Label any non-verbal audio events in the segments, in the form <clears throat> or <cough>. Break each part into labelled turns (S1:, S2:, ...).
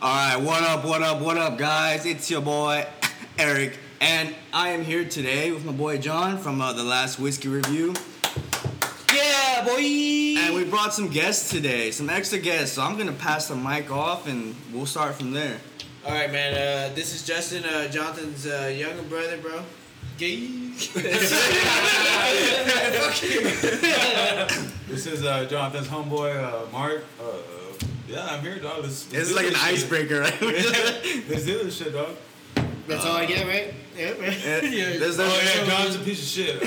S1: All right, what up, what up, what up, guys? It's your boy <laughs> Eric, and I am here today with my boy John from uh, the last whiskey review.
S2: Yeah, boy.
S1: And we brought some guests today, some extra guests. So I'm gonna pass the mic off, and we'll start from there.
S2: All right, man. Uh, this is Justin, uh, Jonathan's uh, younger brother, bro. Gay.
S3: This is uh, Jonathan's homeboy, uh, Mark. Uh, uh, yeah, I'm here, dog. Let's,
S1: It's
S3: let's do
S1: like an
S3: this shit.
S1: icebreaker, right? <laughs>
S3: Let's do this shit, dog.
S2: That's all I get, right? <laughs> Yeah, man.
S1: There's-
S3: Oh,
S1: there's-
S3: yeah, John's a piece of <laughs> shit. Uh,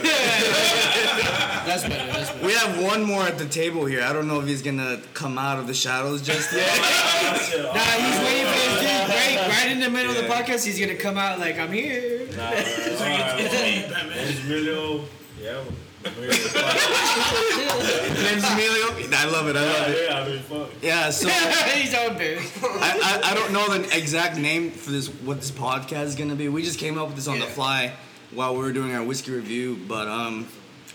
S2: That's better. That's better.
S1: We have one more at the table here. I don't know if he's gonna come out of the shadows <laughs> just yet.
S2: Nah, he's waiting for his dude break right in the middle of the
S3: Yeah.
S2: podcast. He's gonna come out like, I'm here. <laughs>
S3: nah, it's Emilio. Yeah, Emilio.
S1: His name's Emilio. I love it. I love it.
S3: <laughs> yeah, I mean, fuck.
S1: Yeah. So I,
S2: he's all <laughs> embarrassed.
S1: I, I don't know the exact name for this. What this podcast is gonna be. We just came up with this on the
S2: Yeah.
S1: fly while we were doing our whiskey review. But um,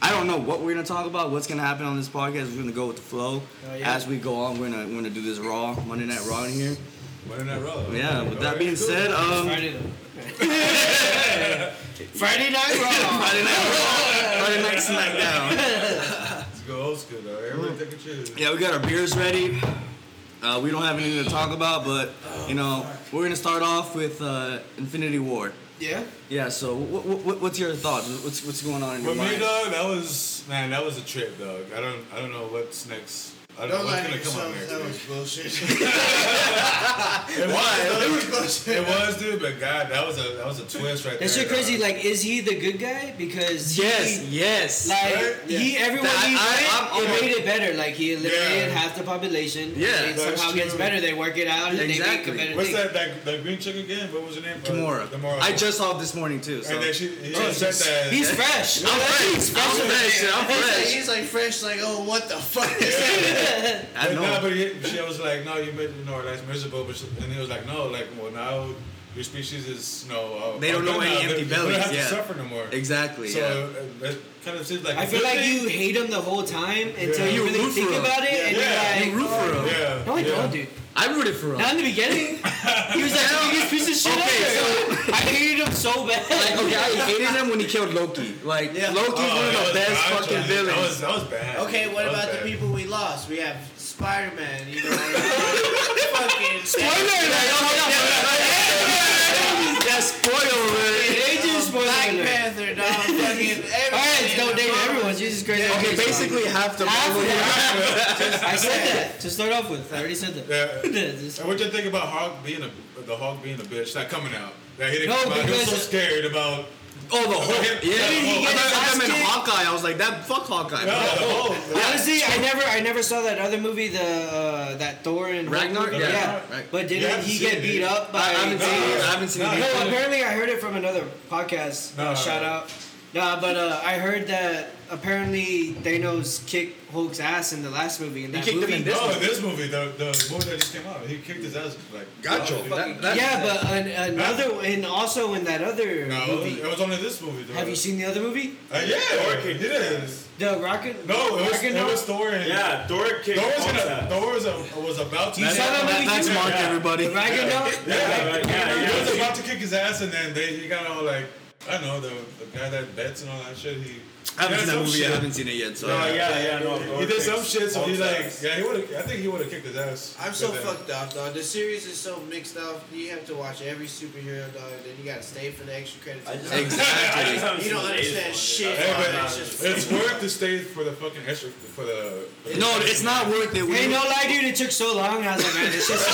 S1: I don't know what we're gonna talk about. What's gonna happen on this podcast? We're gonna go with the flow
S2: Oh, yeah.
S1: as we go on. We're gonna we're gonna do this raw Monday Night Raw in here.
S3: What in that row?
S1: Yeah. With that
S3: Alright,
S1: being
S3: cool.
S1: said, um.
S2: Friday <laughs>
S1: <laughs> Friday
S2: Friday <laughs> night
S1: night, Raw, Friday night SmackDown.
S3: Let's go old school, dog.
S1: Mm.
S3: Everybody take a chill.
S1: Yeah, we got our beers ready. Uh, we don't have anything to talk about, but you know we're gonna start off with uh, Infinity War.
S2: Yeah.
S1: Yeah. So wh- wh- wh- what's your thoughts? What's what's going on in your
S3: But me,
S1: mind?
S3: dog, that was man, that was a trip, dog. I don't, I don't know what's next. I don't,
S4: Don't
S3: know what's
S4: lie to
S3: gonna come up
S4: yourself.
S3: next.
S4: That was
S3: <laughs>
S4: bullshit.
S1: Why?
S4: that was bullshit.
S3: It was, dude, but God, that was a, that was a twist right there.
S2: That's so
S3: dog.
S2: crazy. Like, is he the good guy? Because
S1: Yes.
S2: he-
S1: Yes.
S2: Like he, everyone
S1: That-
S2: he
S1: I-
S2: went,
S1: I'm-
S2: it made it better. Like he eliminated
S3: Yeah.
S2: half the population.
S1: Yeah,
S2: and it
S3: that's
S2: somehow gets
S3: true.
S2: better. They work it out. and They make a
S1: Exactly.
S2: better
S3: What's
S2: thing.
S3: that, that that green chick again? What was her name? Uh,
S1: Gamora.
S3: Gamora.
S1: I just Oh, saw it this morning too. So.
S3: And then she, he said that.
S2: He's fresh. <laughs>
S1: I'm fresh. I'm fresh. I'm
S4: He's like,
S1: fresh.
S4: he's like fresh, like, oh, what the fuck is that?
S1: I
S3: But No,
S1: know.
S3: but he, she was like, no, you made you know that's miserable. But she, and he was like, no, like well now your species is you know uh,
S1: They don't know
S3: now,
S1: any
S3: they-
S1: empty
S3: they don't have
S1: bellies, yeah.
S3: to suffer no more.
S1: Exactly.
S3: So
S1: yeah.
S3: uh, that kind of seems like
S2: I
S3: a
S2: feel
S3: good
S2: like
S3: thing.
S2: you hate him the whole time until
S3: Yeah.
S2: you
S1: You
S2: really
S1: root
S2: think
S1: for him.
S2: about it, and
S3: Yeah.
S1: You
S2: you're like,
S1: root for him.
S3: Yeah.
S2: no, I
S3: yeah.
S2: don't, dude.
S1: I rooted for him.
S2: Not in the
S3: <laughs>
S2: beginning. He was like the biggest piece of shit
S1: Okay,
S2: ever. <laughs> I hated him so bad.
S1: <laughs> Like, okay, I hated him when he killed Loki. Like
S4: Yeah.
S1: Loki's one
S3: Oh, that
S1: of
S3: was
S1: the best
S3: bad,
S1: fucking
S3: Johnny.
S1: villains.
S3: That was that was bad.
S4: Okay, what
S3: That was
S4: about
S3: bad.
S4: the people we lost? We have Spider Man, you
S3: <laughs>
S4: know. fucking.
S1: Yeah, spoiler alert.
S2: They just spoiled
S4: Black
S2: it.
S4: Panther,
S3: <laughs>
S4: dog. Fucking everything.
S2: All right, don't date everyone. Jesus Christ.
S4: Yeah.
S1: Okay, basically half the
S2: Half
S1: Marvel
S2: the-
S1: heroes-
S2: <laughs> I said
S1: <laughs>
S2: that to start off with. I already said that.
S3: Yeah.
S2: Just-
S3: And what you think about Hawk being a the Hawk being a bitch? Not coming out. That he didn't
S2: No,
S3: come out. He was so
S2: because-
S3: scared about.
S1: Oh, the whole.
S3: Didn't
S1: Yeah.
S3: he
S1: I
S2: get his
S1: thought
S2: ass
S1: I meant
S2: kicked?
S1: Hawkeye. I was like, that fuck Hawkeye.
S3: Yeah,
S1: bro.
S3: the whole-
S2: Honestly, I never, I never saw that other movie, the uh, that Thor and
S1: Ragnar?
S2: Yeah,
S1: Yeah.
S2: yeah.
S1: Right.
S2: but
S3: You
S2: didn't
S3: haven't
S2: he
S3: seen
S2: get
S3: it,
S2: beat
S3: dude.
S2: up by?
S1: I haven't seen it. I haven't seen
S3: Nah.
S1: it.
S2: No,
S1: either.
S2: apparently I heard it from another podcast. Uh,
S3: No.
S2: Shout out. Nah, but uh, I heard that apparently Thanos kicked Hulk's ass in the last movie. In that
S1: kicked him
S2: movie.
S1: in
S3: This
S1: This
S3: oh,
S1: one.
S3: this movie, the, the movie that just came out, he kicked his ass. Like,
S1: Gotcha.
S3: wow, dude.
S1: That- that-
S2: yeah, but an, another and also in that other
S3: no,
S2: movie.
S3: it was only this movie. Though.
S2: Have you seen the other movie?
S3: Uh, yeah, Thor kicked his.
S2: The Rocket.
S3: No, it was, it
S2: Ragnarok?
S3: was Thor. And,
S5: Yeah, Thor kicked
S3: Thor was,
S5: Hulk's
S3: gonna,
S5: ass.
S3: Thor was, a, was about to.
S2: You
S1: That-
S2: saw that
S1: that-
S2: movie
S1: That's
S2: too?
S1: Mark,
S5: Yeah.
S1: everybody.
S2: The
S3: <laughs>
S2: Ragnarok.
S3: Yeah,
S5: Right, yeah,
S3: he was
S5: yeah.
S3: about to kick his ass, and then they, he got all like, I don't know, the, the guy that bets and all that shit. He
S1: I haven't seen
S3: he did
S1: that
S3: some
S1: movie.
S3: shit.
S1: I haven't seen it yet. So.
S5: No, Oh, yeah, yeah, no. Thor
S3: He did some
S5: kicks
S3: shit, so
S5: Hulk's
S3: he's like,
S5: ass.
S3: yeah, he would. I think he would have kicked his ass.
S4: I'm so
S3: But then-
S4: fucked up, dog. The series is so mixed up. You have to watch every superhero, dog. Then you gotta stay for the extra credits.
S5: I just-
S1: Exactly.
S5: I <laughs> just haven't
S4: You don't
S5: seen the
S4: understand
S5: latest
S4: shit.
S5: one, dude.
S3: Hey,
S4: Oh,
S3: but
S4: no,
S3: it's,
S4: it's just-
S3: worth the stage for the fucking extra for the. For the
S1: No, it's not worth it. We-
S2: Hey, no
S1: <laughs>
S2: lie, dude. It took so long. I was like, man, this just.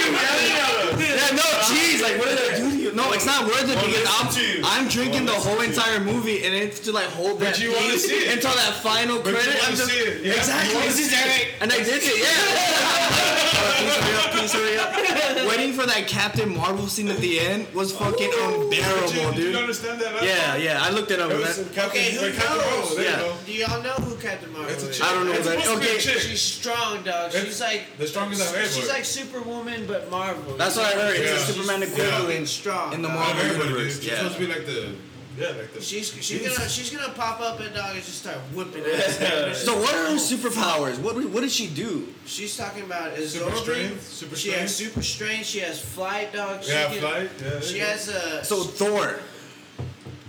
S1: Yeah, no, jeez, like what did I do to you? No, it's not worth
S3: Oh,
S1: it because I'm, I'm drinking the whole entire movie and it's to like hold that
S3: you wanna
S1: thing
S3: see it.
S1: until that final
S3: But
S1: credit.
S3: you
S1: I'm
S3: want to
S1: just-
S3: see it? Yeah,
S1: exactly.
S3: You wanna
S1: This is
S3: see it.
S2: Eric.
S1: And I did it, yeah. Please hurry up, please hurry up. Waiting for that Captain Marvel scene at the end was fucking
S3: Oh, But you,
S1: unbearable,
S3: you don't
S1: dude.
S3: understand that?
S1: Yeah, yeah, I looked it up.
S3: It was
S1: That,
S3: Captain,
S4: Okay, who
S3: like Captain
S4: knows?
S3: Marvel, there you
S1: Yeah.
S3: go.
S4: Do y'all know who Captain Marvel
S3: It's a
S4: is?
S3: chick.
S1: I don't know
S3: It's
S1: that-
S3: supposed to be a
S1: okay.
S3: chick.
S4: She's strong, dog.
S3: It's
S4: She's like
S3: the strongest I've ever
S4: She's
S3: heard.
S4: like Superwoman, but Marvel.
S1: that's what I heard. It's
S3: Yeah.
S1: a Superman
S4: She's fucking
S1: equivalent
S4: strong
S1: in the
S4: dog.
S3: Out of
S1: Marvel
S3: everybody, dude.
S1: universe.
S3: She's
S1: Yeah.
S3: supposed to be like the Yeah, like the.
S4: She's she's gonna she's gonna pop up at dog and just start whipping ass.
S1: So what are her superpowers? What what does she do?
S4: She's talking about is
S3: Super strength?
S4: Super
S3: Super
S4: she has
S3: strength?
S4: super strength. She has flight, dog. She
S3: yeah,
S4: can-
S3: fly. Yeah. there
S4: She
S3: you go.
S4: has a.
S1: So Thor.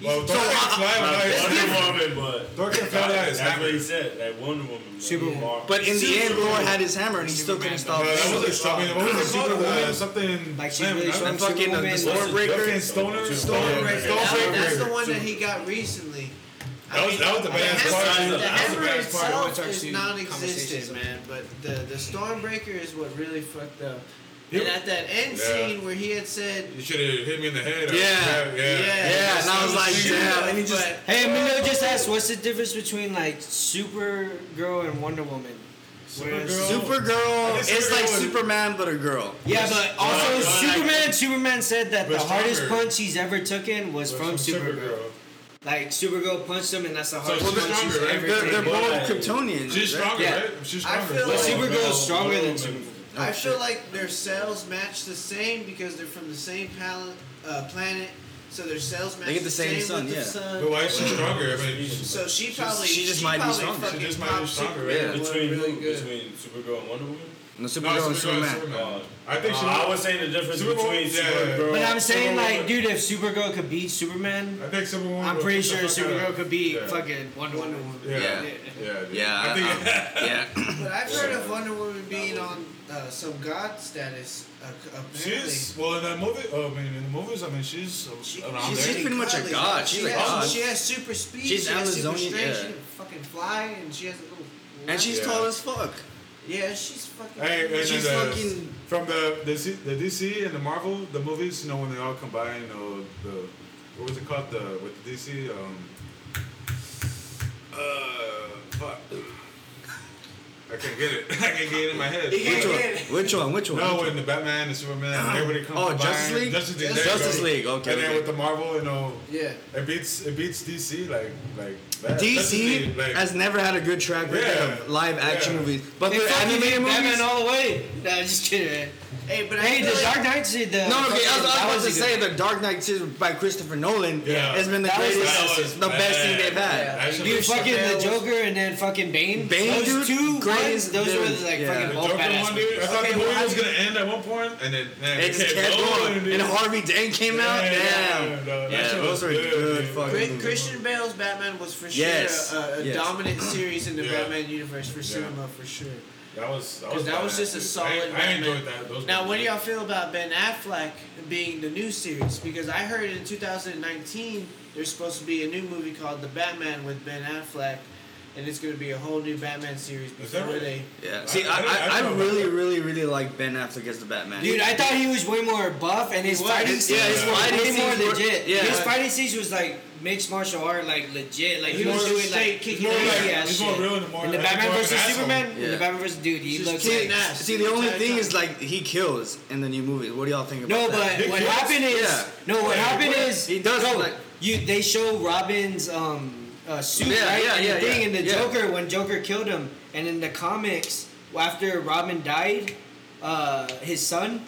S3: Well, Thor can fly. but
S5: Wonder Woman, but
S3: Thor can fly.
S5: that's,
S3: It's not
S5: what he
S3: really.
S5: said. That Wonder Woman, like,
S2: Superwoman.
S5: Marvel.
S1: But in the end, Thor
S3: Superman.
S1: had his hammer and he still couldn't
S3: No,
S1: stop.
S3: that
S1: Thor.
S3: wasn't strong. What was it called? Uh, Something.
S2: Like, she's
S3: Slam,
S2: really
S3: right?
S2: strong.
S1: And fucking uh, the
S2: Superwoman.
S1: Stormbreaker.
S3: Fucking Stoner.
S4: That-
S3: Stoner.
S4: that's the
S3: Stoner.
S4: one that he got recently.
S3: That was that was the
S4: The
S3: badass
S5: that's
S3: part.
S5: not-
S4: hammer,
S3: dude.
S4: the
S5: that's
S3: That was
S4: hammer
S3: the badass part.
S4: itself
S2: talk
S4: is
S2: to
S4: non-existent,
S2: conversations
S4: man. But the the Stormbreaker is what really fucked up.
S3: Yep.
S4: And at that end
S3: Yeah.
S4: scene where he had said,
S3: You should have hit me in the head. or-
S1: Yeah.
S3: Yeah. yeah.
S1: Yeah, and I was like, damn, and he just-
S4: but-
S2: Hey, Emilio just asked, what's the difference between like Supergirl and Wonder Woman? Whereas-
S3: Supergirl-
S1: Supergirl
S3: I think
S1: is like
S3: Supergirl was-
S1: Superman but a girl.
S2: Yeah, but also
S3: Well, I-
S2: Superman. Superman said that the
S3: But
S2: hardest
S3: stronger.
S2: punch he's ever taken was from Supergirl. Like Supergirl punched him, and that's the hardest
S3: she's
S2: punch he's
S3: stronger, right?
S2: ever
S1: They're, they're
S2: taken.
S5: Well,
S1: both
S5: like,
S1: Kryptonians.
S3: She's
S1: right?
S3: stronger,
S2: Yeah.
S3: right? She's
S4: I
S3: stronger.
S4: feel
S2: But
S4: like-
S2: Supergirl is stronger than
S3: Wonder
S2: Superman.
S3: Woman.
S4: I feel like their cells match the same because they're from the same pal- uh, planet, so their cells match
S1: They get the same sun,
S4: with the
S1: yeah.
S4: sun.
S3: But why is she stronger? I mean,
S4: So she probably
S1: she just
S4: she
S1: might be
S4: probably
S1: stronger.
S4: fucking
S3: She just might be
S4: popped
S3: stronger,
S4: Superman
S1: yeah.
S4: one
S5: Between
S4: really
S5: who?
S4: good.
S5: Between Supergirl and Wonder Woman?
S1: No,
S3: no,
S1: Supergirl and
S3: Supergirl
S1: Superman.
S5: Uh,
S3: I think she.
S5: uh, I was saying the difference
S3: Superwoman?
S5: between
S3: Yeah, yeah, yeah.
S5: Supergirl.
S2: But I'm saying,
S3: Superwoman-
S2: like, dude, if Supergirl could beat Superman,
S3: I think Superwoman.
S2: I'm
S3: will
S2: pretty
S3: kick
S2: sure
S3: the fuck out
S2: Supergirl
S3: of-
S2: could beat
S3: Yeah.
S2: fucking Wonder
S4: Wonder
S2: Woman.
S4: Woman.
S3: Yeah. Yeah.
S1: Yeah.
S3: dude.
S1: Yeah,
S3: I think.
S1: um, yeah.
S4: But I've heard of
S5: Yeah.
S4: Wonder Woman being on uh, some god status. Uh, apparently,
S3: She's well in that movie. Oh, I mean, in the movies, I mean, she's
S4: She-
S3: around
S1: she's-
S3: there.
S1: she's pretty much a
S4: cuddly.
S1: god. She's oh,
S4: she
S1: a
S4: has,
S1: god.
S4: She has super speed.
S1: She's
S4: she has super
S1: Amazonian,
S4: strength.
S1: yeah.
S4: She can fucking fly, and she has a little.
S1: And she's
S3: Yeah.
S1: tall as fuck.
S4: yeah, she's fucking.
S3: Hey, and
S1: She's
S3: then, uh,
S1: fucking-
S3: from the, the C- the DC and the Marvel the movies. You know when they all combine. You know the what was it called the with the DC. Um, uh, fuck. I can't get it. <laughs> I can't get it in my head.
S1: Which one? Which one? Which one?
S3: No, when the Batman and Superman, everybody comes.
S1: Oh,
S3: combined.
S1: Justice League?
S3: Justice League. there
S4: Justice-
S3: you go.
S1: Justice League, okay,
S3: And then
S1: okay.
S3: with the Marvel, you know,
S4: yeah.
S3: it beats it beats DC like like bad. Justice
S1: DC
S3: League, like,
S1: has never had a good track record
S3: Yeah.
S1: of live action
S3: Yeah.
S1: movies, but
S2: They
S1: their
S2: fucking beat
S1: animated movies.
S2: Batman all the way. Nah, just kidding. Man.
S4: Hey, but
S2: Hey,
S4: I feel
S2: the
S4: like,
S2: Dark Knight did the.
S1: No, okay, I was, I was about
S2: that
S1: to
S2: a
S1: say
S2: good-
S1: the Dark Knight series by Christopher Nolan
S3: Yeah.
S1: has been the
S2: That was-
S1: greatest,
S3: that was
S1: the best thing
S3: bad.
S1: they've had.
S4: Yeah.
S3: Actually,
S2: Dude, fucking
S4: Chappelle
S2: the
S4: was-
S2: Joker and then fucking Bane.
S1: Bane, dude,
S2: those two
S1: greatest
S2: ones, those
S1: villain.
S2: were like
S1: Yeah.
S2: fucking
S1: The
S2: both
S3: Joker
S2: badass.
S3: one, dude. I
S2: movies.
S3: thought
S4: Okay,
S3: the movie
S4: well,
S3: was gonna end at one point, and then man,
S1: It
S3: <laughs>
S1: just kept going,
S3: dude.
S1: and Harvey Dent came out.
S3: Yeah,
S1: Damn.
S3: no, that
S1: Yeah,
S3: shit
S1: those
S3: was
S1: are
S3: good,
S1: good
S3: dude.
S1: fucking
S4: Chri-
S1: movies.
S4: Christian Bale's Batman was for sure
S1: Yes.
S4: a, a
S1: Yes.
S4: dominant
S2: <clears throat>
S4: series in the
S3: Yeah.
S4: Batman universe for
S3: Yeah.
S4: cinema for sure.
S3: That was that
S4: 'Cause
S3: was,
S4: that was
S3: badass,
S4: just a
S3: dude.
S4: solid
S3: I, I
S4: Batman.
S3: enjoyed that. Those
S4: Now, what do
S3: movies.
S4: y'all feel about Ben Affleck being the new series? Because I heard in 2019 there's supposed to be a new movie called The Batman with Ben Affleck, and it's going to be a whole new Batman series
S3: Is that
S4: before
S3: right?
S4: they.
S1: Yeah.
S3: I-
S1: See, I,
S3: I don't-
S1: I,
S3: I
S1: I,
S3: don't know about
S1: really,
S3: that.
S1: really, really like Ben Affleck as the Batman.
S2: Dude, I thought he was way more buff, and his
S4: was.
S2: fighting
S1: His- yeah,
S2: scenes
S1: his
S2: were
S1: fighting
S2: way more
S1: scenes were-
S2: legit.
S1: yeah.
S2: His fighting scenes was like mixed martial art, like legit. Like he,
S4: He
S2: was
S4: was
S2: doing
S4: straight
S2: like
S4: kicking
S2: kicking
S3: more like-
S2: crazy
S3: he's
S2: ass
S3: more
S2: shit.
S3: real and more-
S2: in the
S3: I think
S2: Batman
S3: more of
S2: versus
S3: an asshole.
S2: Superman, in
S1: Yeah.
S2: the Batman versus dude, he
S4: He's
S2: looks
S4: kicking
S2: like
S1: see,
S4: ass.
S1: see, the only thing is like he kills in the new movie. What do y'all think about
S2: No,
S1: that? <laughs>
S2: but
S3: He
S2: what
S3: kills?
S2: happened is
S1: Yeah.
S2: no. What
S3: Yeah,
S2: happened
S3: he-
S2: is
S1: he does
S2: no,
S1: like-
S2: you. They show Robin's um uh, suit
S1: Yeah,
S2: right
S1: yeah,
S2: and
S1: yeah,
S2: the thing
S1: yeah,
S2: and the
S1: yeah.
S2: Joker when Joker killed him and in the comics after Robin died, uh, his son.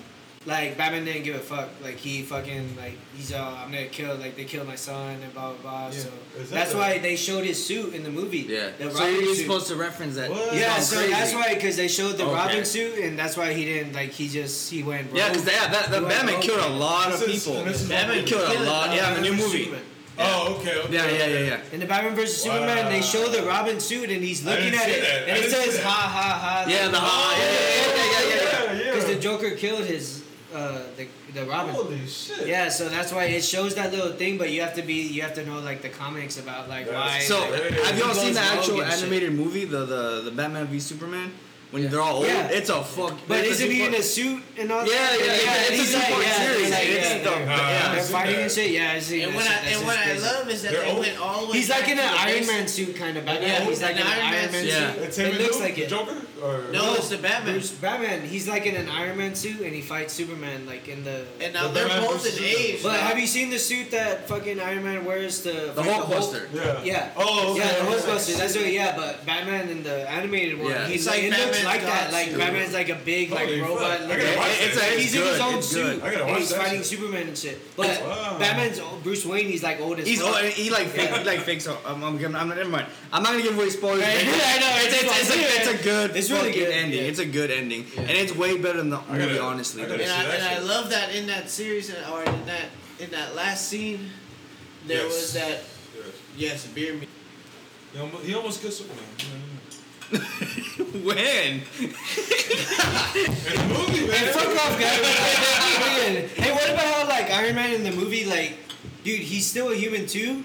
S2: Like Batman didn't give a fuck. Like he fucking like he's all I'm gonna kill. Like they killed my son and blah blah blah. So
S3: Is that
S2: that's
S3: the-
S2: why they showed his suit in the movie.
S1: yeah.
S2: the
S1: So
S2: Robin
S1: you're
S2: suit.
S1: supposed to reference that.
S3: What?
S1: He's
S2: Yeah,
S1: gone
S2: so
S1: crazy.
S2: that's why because they showed the
S1: Okay.
S2: Robin suit and that's why he didn't like he just he went.
S1: Yeah,
S2: rogue.
S1: because that, that, that
S2: He went
S1: Batman
S2: rogue.
S1: killed a lot of
S3: This is-
S1: people.
S3: this is-
S1: Batman killed a lot. Yeah, in the new movie.
S3: Oh, okay, okay.
S1: Yeah, yeah, yeah, yeah.
S2: In the Batman versus Superman, they show the Robin suit and he's
S3: I
S2: looking
S3: didn't
S2: at
S3: see
S2: it,
S3: that. I
S2: and it
S3: didn't see
S2: says
S3: that.
S2: ha ha ha.
S1: Yeah, the ha. Yeah, yeah, yeah, yeah, yeah, yeah.
S3: yeah.
S2: Because the Joker killed his uh the the Robin.
S3: Holy shit.
S2: Yeah, so that's why it shows that little thing, but you have to be you have to know like the comics about like
S3: Yeah.
S2: why.
S1: So,
S2: like,
S1: have y'all
S2: He
S1: seen
S2: goes
S1: the
S2: rogue
S1: actual
S2: and shit.
S1: animated movie, the, the the Batman v Superman? When they're all old,
S2: Yeah.
S1: it's a fuck.
S2: but
S1: it's
S2: isn't he in
S1: two-part-
S2: a suit and all?
S1: Yeah,
S2: that?
S1: yeah, yeah, it's a
S2: and he's like-
S1: two-part
S2: yeah,
S1: series.
S2: he's like,
S1: It's
S2: yeah,
S1: the-
S2: Uh, yeah.
S3: yeah.
S2: They're
S3: I've seen
S2: fighting
S3: that.
S2: and shit. Yeah, I see.
S4: And
S2: that
S4: what
S2: shit,
S4: I
S2: that
S4: and
S2: shit's
S4: what I
S2: crazy.
S4: love is that
S3: They're
S4: they
S3: old.
S4: went all the way.
S2: He's like
S4: back
S2: in
S4: to
S2: an
S4: the
S2: Iron
S4: basics.
S2: Man suit kind of Batman.
S4: Yeah,
S2: he's like
S4: an
S2: in an
S4: Iron Man
S2: Iron Man
S4: suit.
S1: Yeah.
S2: suit.
S3: It's him
S2: It
S3: and
S2: looks
S3: Luke,
S2: like
S3: the
S2: it.
S3: Joker. Or
S4: No, it's the Batman.
S2: Bruce Batman. He's like in an Iron Man suit, and he fights Superman like in the.
S4: And now
S3: The
S4: they're
S3: Batman
S4: both
S3: versus
S4: in
S3: Superman.
S4: age.
S2: but have you seen the suit that fucking Iron Man wears to fight
S1: the Hulkbuster.
S3: Yeah.
S2: Yeah.
S3: Oh, okay.
S2: Yeah, the
S3: okay.
S2: Hulkbuster. That's what. Yeah, but Batman in the animated one,
S1: Yeah.
S2: he's
S4: It's
S2: like,
S4: like
S2: it looks Batman's like that. Like Batman's like a big like
S3: Holy fuck.
S2: robot.
S3: I
S2: looking-
S3: gotta watch
S1: It's
S3: that
S1: a-
S3: shit.
S2: he's in
S1: good,
S2: his own
S1: it's
S2: suit.
S1: good.
S3: I gotta
S2: and
S3: watch
S2: he's
S3: that
S2: fighting
S3: shit.
S2: Superman and shit. But
S3: Wow.
S2: Batman's Bruce Wayne. He's like old as
S1: He's
S2: fuck.
S1: <laughs> old. He like fake. He like fakes. So I'm, I'm, giving- I'm, never mind. I'm not gonna give away spoilers.
S2: Hey, <laughs>
S1: but
S2: I know,
S1: It's, it's, it's, a, it's a good.
S2: It's really
S1: fucking
S2: good,
S1: ending.
S2: yeah.
S1: It's a good ending, and it's way better than the
S3: gotta-
S1: movie, honestly.
S3: I gotta-
S4: And I,
S3: See, that
S4: and I
S3: shit-
S4: love that in that series and or in that in that last scene, there
S3: Yes.
S4: was that
S3: Yeah.
S4: yes beer me.
S3: He almost, he almost killed Superman. You know what
S1: <laughs> when?
S3: I mean? In the movie, man.
S2: Hey, fuck off, guys. <laughs> hey, what about how like Iron Man in the movie? Like, dude, he's still a human too.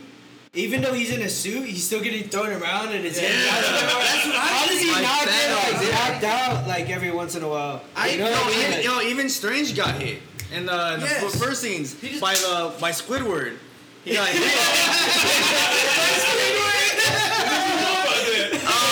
S2: Even though he's in a suit, he's still getting thrown around and his head. How does he
S1: Like
S2: not get
S1: Thanos,
S2: like
S1: yeah.
S2: knocked out like every once in a while?
S4: I-
S2: You
S1: No,
S2: know what I mean?
S1: even,
S2: Like-
S1: yo, even Strange got hit in the, in the
S4: Yes.
S1: f- first scenes
S4: He just-
S1: by the by Squidward. He got hit.
S2: <laughs>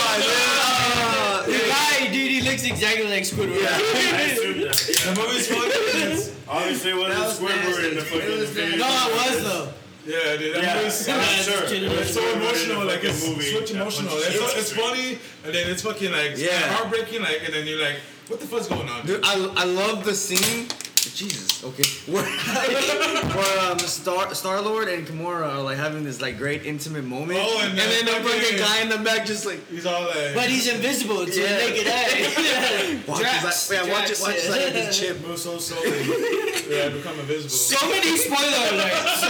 S1: Ah, dude, ah,
S2: The
S1: dude.
S2: guy, dude, he looks exactly like Squidward.
S5: I assumed that.
S3: The movie's
S5: <laughs>
S3: funny.
S5: Obviously, it
S4: That
S5: wasn't
S4: was
S5: Squidward in the
S4: nasty. It was
S2: <laughs>
S4: nasty.
S5: fucking.
S2: No, I was though.
S3: Yeah, dude. That
S5: Yeah.
S3: movie's
S5: Yeah,
S3: I'm
S2: it's
S3: sure.
S2: kidding.
S3: It's so
S5: It's
S3: emotional.
S5: a
S3: Like it's
S5: movie.
S3: switch
S5: Yeah,
S3: emotional.
S5: punch-
S3: It's,
S5: it's
S3: it's funny, and then it's fucking like
S1: Yeah.
S3: heartbreaking. Like, and then you're like, what the fuck's going on?
S1: Dude, I, I love the scene. Jesus, okay. Where, <laughs> where um, Star Star Lord and Gamora are like having this like great intimate moment,
S3: Oh, and
S1: then the
S3: that
S1: fucking
S3: fucking-
S1: guy in the back just like
S3: He's all like,
S2: But he's invisible to
S1: Yeah.
S2: a naked eye.
S1: <laughs> watch
S2: Drax, <laughs>
S1: his eye- yeah, watch
S2: Drax,
S1: it, watch his eye
S2: yeah.
S1: with his chip.
S3: moves so slowly. yeah, I become invisible.
S2: So many spoiler
S1: <laughs>
S2: alerts. So.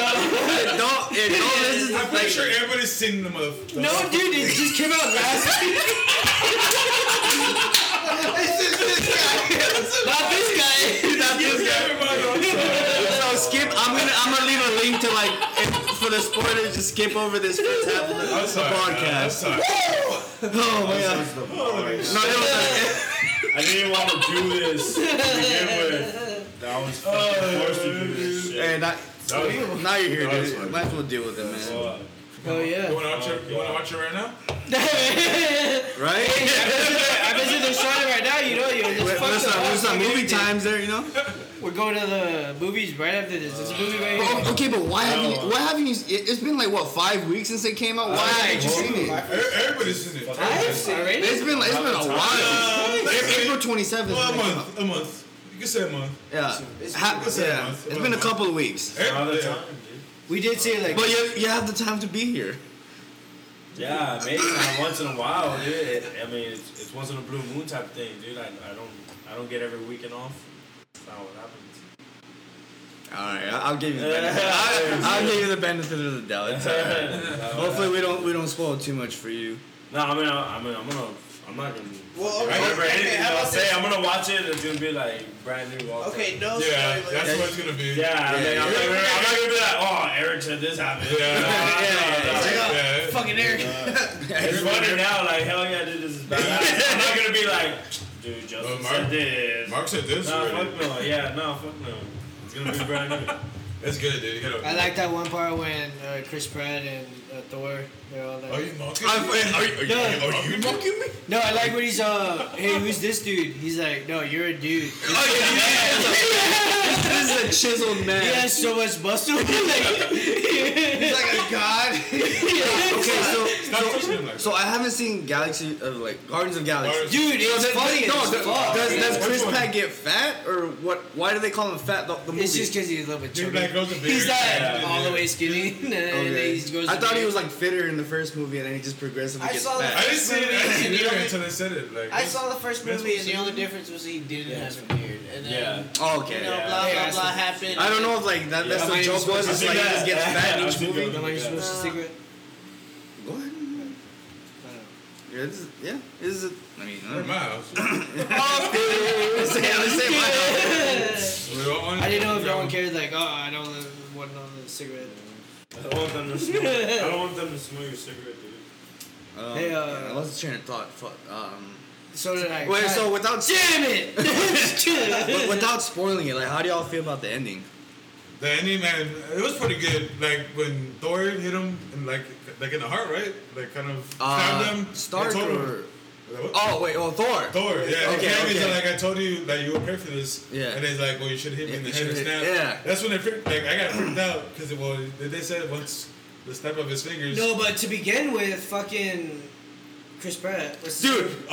S1: Don't, yeah, don't listen to
S3: <laughs> I'm pretty
S1: like,
S3: sure everybody's seen the motherfucker.
S2: No, dude, it just came out last week. Not this guy.
S1: not this guy. So skip. I'm gonna I'm gonna leave a link to like if, for the spoilers. Just skip over this first half of the,
S3: I'm
S1: the
S3: sorry. I'm
S1: podcast.
S3: sorry.
S1: Oh my god. No, it was like,
S5: I didn't want to do this to begin with. That
S3: <laughs>
S5: was
S3: Oh,
S5: fucking forced to do this shit.
S1: hey, not,
S5: That was-
S1: now you're here,
S3: No, it's
S1: dude.
S3: fine.
S1: Might as well deal with it, man.
S5: uh,
S2: Oh yeah. <laughs>
S3: You wanna watch it? You wanna watch it right now?
S1: <laughs> Right?
S2: I visit the shot right now. You know, you're just
S1: Wait,
S2: fucked
S1: What's
S2: up.
S1: that? What's that?
S2: Fucking
S1: Movie
S2: everything.
S1: times there, you know?
S2: We're going to the movies right after this. It's a movie right here.
S1: Oh, <laughs> okay, but why haven't
S5: No.
S1: you, why haven't you? It, it's been like what five weeks since it came out. Why haven't you seen it?
S3: E- Everybody's seen it.
S2: I've seen already.
S1: It's been like, it's been a while.
S3: Uh,
S1: A- April twenty seventh.
S3: Well, a month. A month. You can say a month.
S1: Yeah, Ha-
S3: it's been a
S1: yeah.
S3: month.
S1: It's been a couple of weeks,
S5: all the
S3: Everybody-
S5: time,
S2: We did see it like.
S1: but you you have the time to be here.
S5: dude. Yeah, maybe not once in a while, dude. It, I mean, it's, it's once in a blue moon type of thing, dude. I, I don't I don't get every weekend off. That's not what happens. <laughs>
S1: All right, I- I'll give you the benefit. <laughs> I, I'll give you the benefit of the doubt. It's all right. Hopefully, we don't we don't spoil too much for you.
S5: No, I mean, I, I mean, I'm gonna, I'm not gonna.
S4: Well,
S5: I
S4: okay,
S5: remember
S4: okay,
S5: anything
S4: how
S5: I'll
S4: about
S5: say.
S4: this?
S5: I'm gonna watch it. It's gonna be like brand new. All the
S4: Okay,
S5: time.
S4: no
S3: Yeah,
S4: spoilers.
S3: that's what it's gonna be.
S5: Yeah, I mean,
S1: Yeah,
S5: I'm,
S1: yeah.
S5: Gonna, I'm not gonna be like, oh, Eric said this happened.
S3: Yeah.
S5: <laughs> yeah,
S4: Check out
S3: Yeah.
S4: fucking Eric.
S5: It's funny now, like hell yeah, dude, this is bad. I'm not gonna be like, dude,
S3: Well,
S5: Justin
S3: Mark-
S5: said this.
S3: Mark said this.
S5: No,
S3: already.
S5: fuck no. Yeah, no, fuck no. It's gonna be brand new.
S3: That's good, dude. You gotta.
S2: I like that one part when uh, Chris Pratt and uh, Thor, they're all like.
S3: Are you mocking me? Are you, are you,
S2: Yeah.
S3: are you mocking me?
S2: No, I like when he's uh, hey, who's this dude? He's like, no, you're a dude.
S1: Oh, <laughs> This is a chiseled man.
S2: He has so much muscle. <laughs> like,
S1: He's like a <laughs> god. okay, so
S3: Stop touching him like
S1: so I haven't seen Galaxy of like Guardians of Galaxy.
S3: Guardians-
S2: dude, it's
S1: Does-
S2: funny.
S1: no,
S2: as
S1: does,
S2: fuck.
S1: does, does
S3: Which
S1: Chris
S3: one?
S1: Pratt get fat or what? Why do they call him fat? The, the movie.
S2: It's just because he's a little bit
S3: Dude,
S2: chubby.
S3: Black Goes to
S2: He's not
S5: Yeah,
S2: all the way skinny. <laughs> and then
S1: Okay.
S2: he goes
S1: I
S2: to
S1: thought he
S2: bed.
S1: was like fitter in the first movie, and then he just progressively
S4: I
S1: gets
S4: saw
S3: I
S1: fat.
S4: that-
S3: didn't see it. I didn't see it until they said it. Like
S4: I saw the first
S3: That's
S4: movie,
S3: what
S4: and the
S3: I'm
S4: only difference was he didn't have a beard. And
S5: Yeah.
S4: then,
S1: Oh,
S4: you
S1: okay.
S4: know,
S5: Yeah.
S4: blah,
S2: Yeah,
S4: blah,
S2: that's
S4: blah
S2: what-
S4: happened.
S1: I don't know
S4: and
S1: if like that, that's
S5: Yeah.
S1: the
S2: Am I
S1: joke was.
S2: supposed
S1: It's
S5: to
S1: like he
S5: do
S1: just
S5: that?
S1: gets fat in
S5: Yeah,
S1: each
S5: I think
S1: movie.
S5: it
S2: Am I supposed to
S4: Uh,
S1: <laughs>
S2: cigarette?
S1: Go ahead. Yeah, this is, yeah, this is. A, I <laughs> mean, I
S3: Or
S1: don't know.
S3: Miles.
S1: Oh, Let's say- let's say my-
S3: We all wanted
S2: <laughs> I didn't know
S3: to
S2: if
S3: go.
S2: no one cared. Like, oh, I don't want another cigarette.
S5: I don't want them to smell. <laughs> I don't want them to smell your cigarette, dude.
S1: Um,
S2: Hey, uh,
S1: yeah, I lost the train of thought. Fuck. Um,
S2: So did I.
S1: wait,
S2: God
S1: so without
S2: <laughs> damn
S1: <laughs>
S2: it!
S1: wi- without spoiling it, like, how do y'all feel about the ending?
S3: The ending, man, it was pretty good. Like when Thor hit him, and like like in the heart, right? Like kind of
S1: Uh,
S3: stabbed him.
S1: Stark
S3: and told him-
S1: or
S3: What?
S1: oh wait, oh Thor.
S3: Thor, yeah.
S1: Okay,
S3: Okay, okay.
S1: okay.
S3: like I told you, like you were prepared for this.
S1: Yeah.
S3: And it's like, well, you should hit me
S1: Yeah,
S3: in the
S1: you
S3: head or
S1: should
S3: snap.
S1: hit- yeah.
S3: That's when they freaked. Like I got freaked out because well, they- they said once the snap of his fingers. Oh,
S2: No, but to begin with, fucking Chris Pratt. Was
S1: Dude,
S2: dude,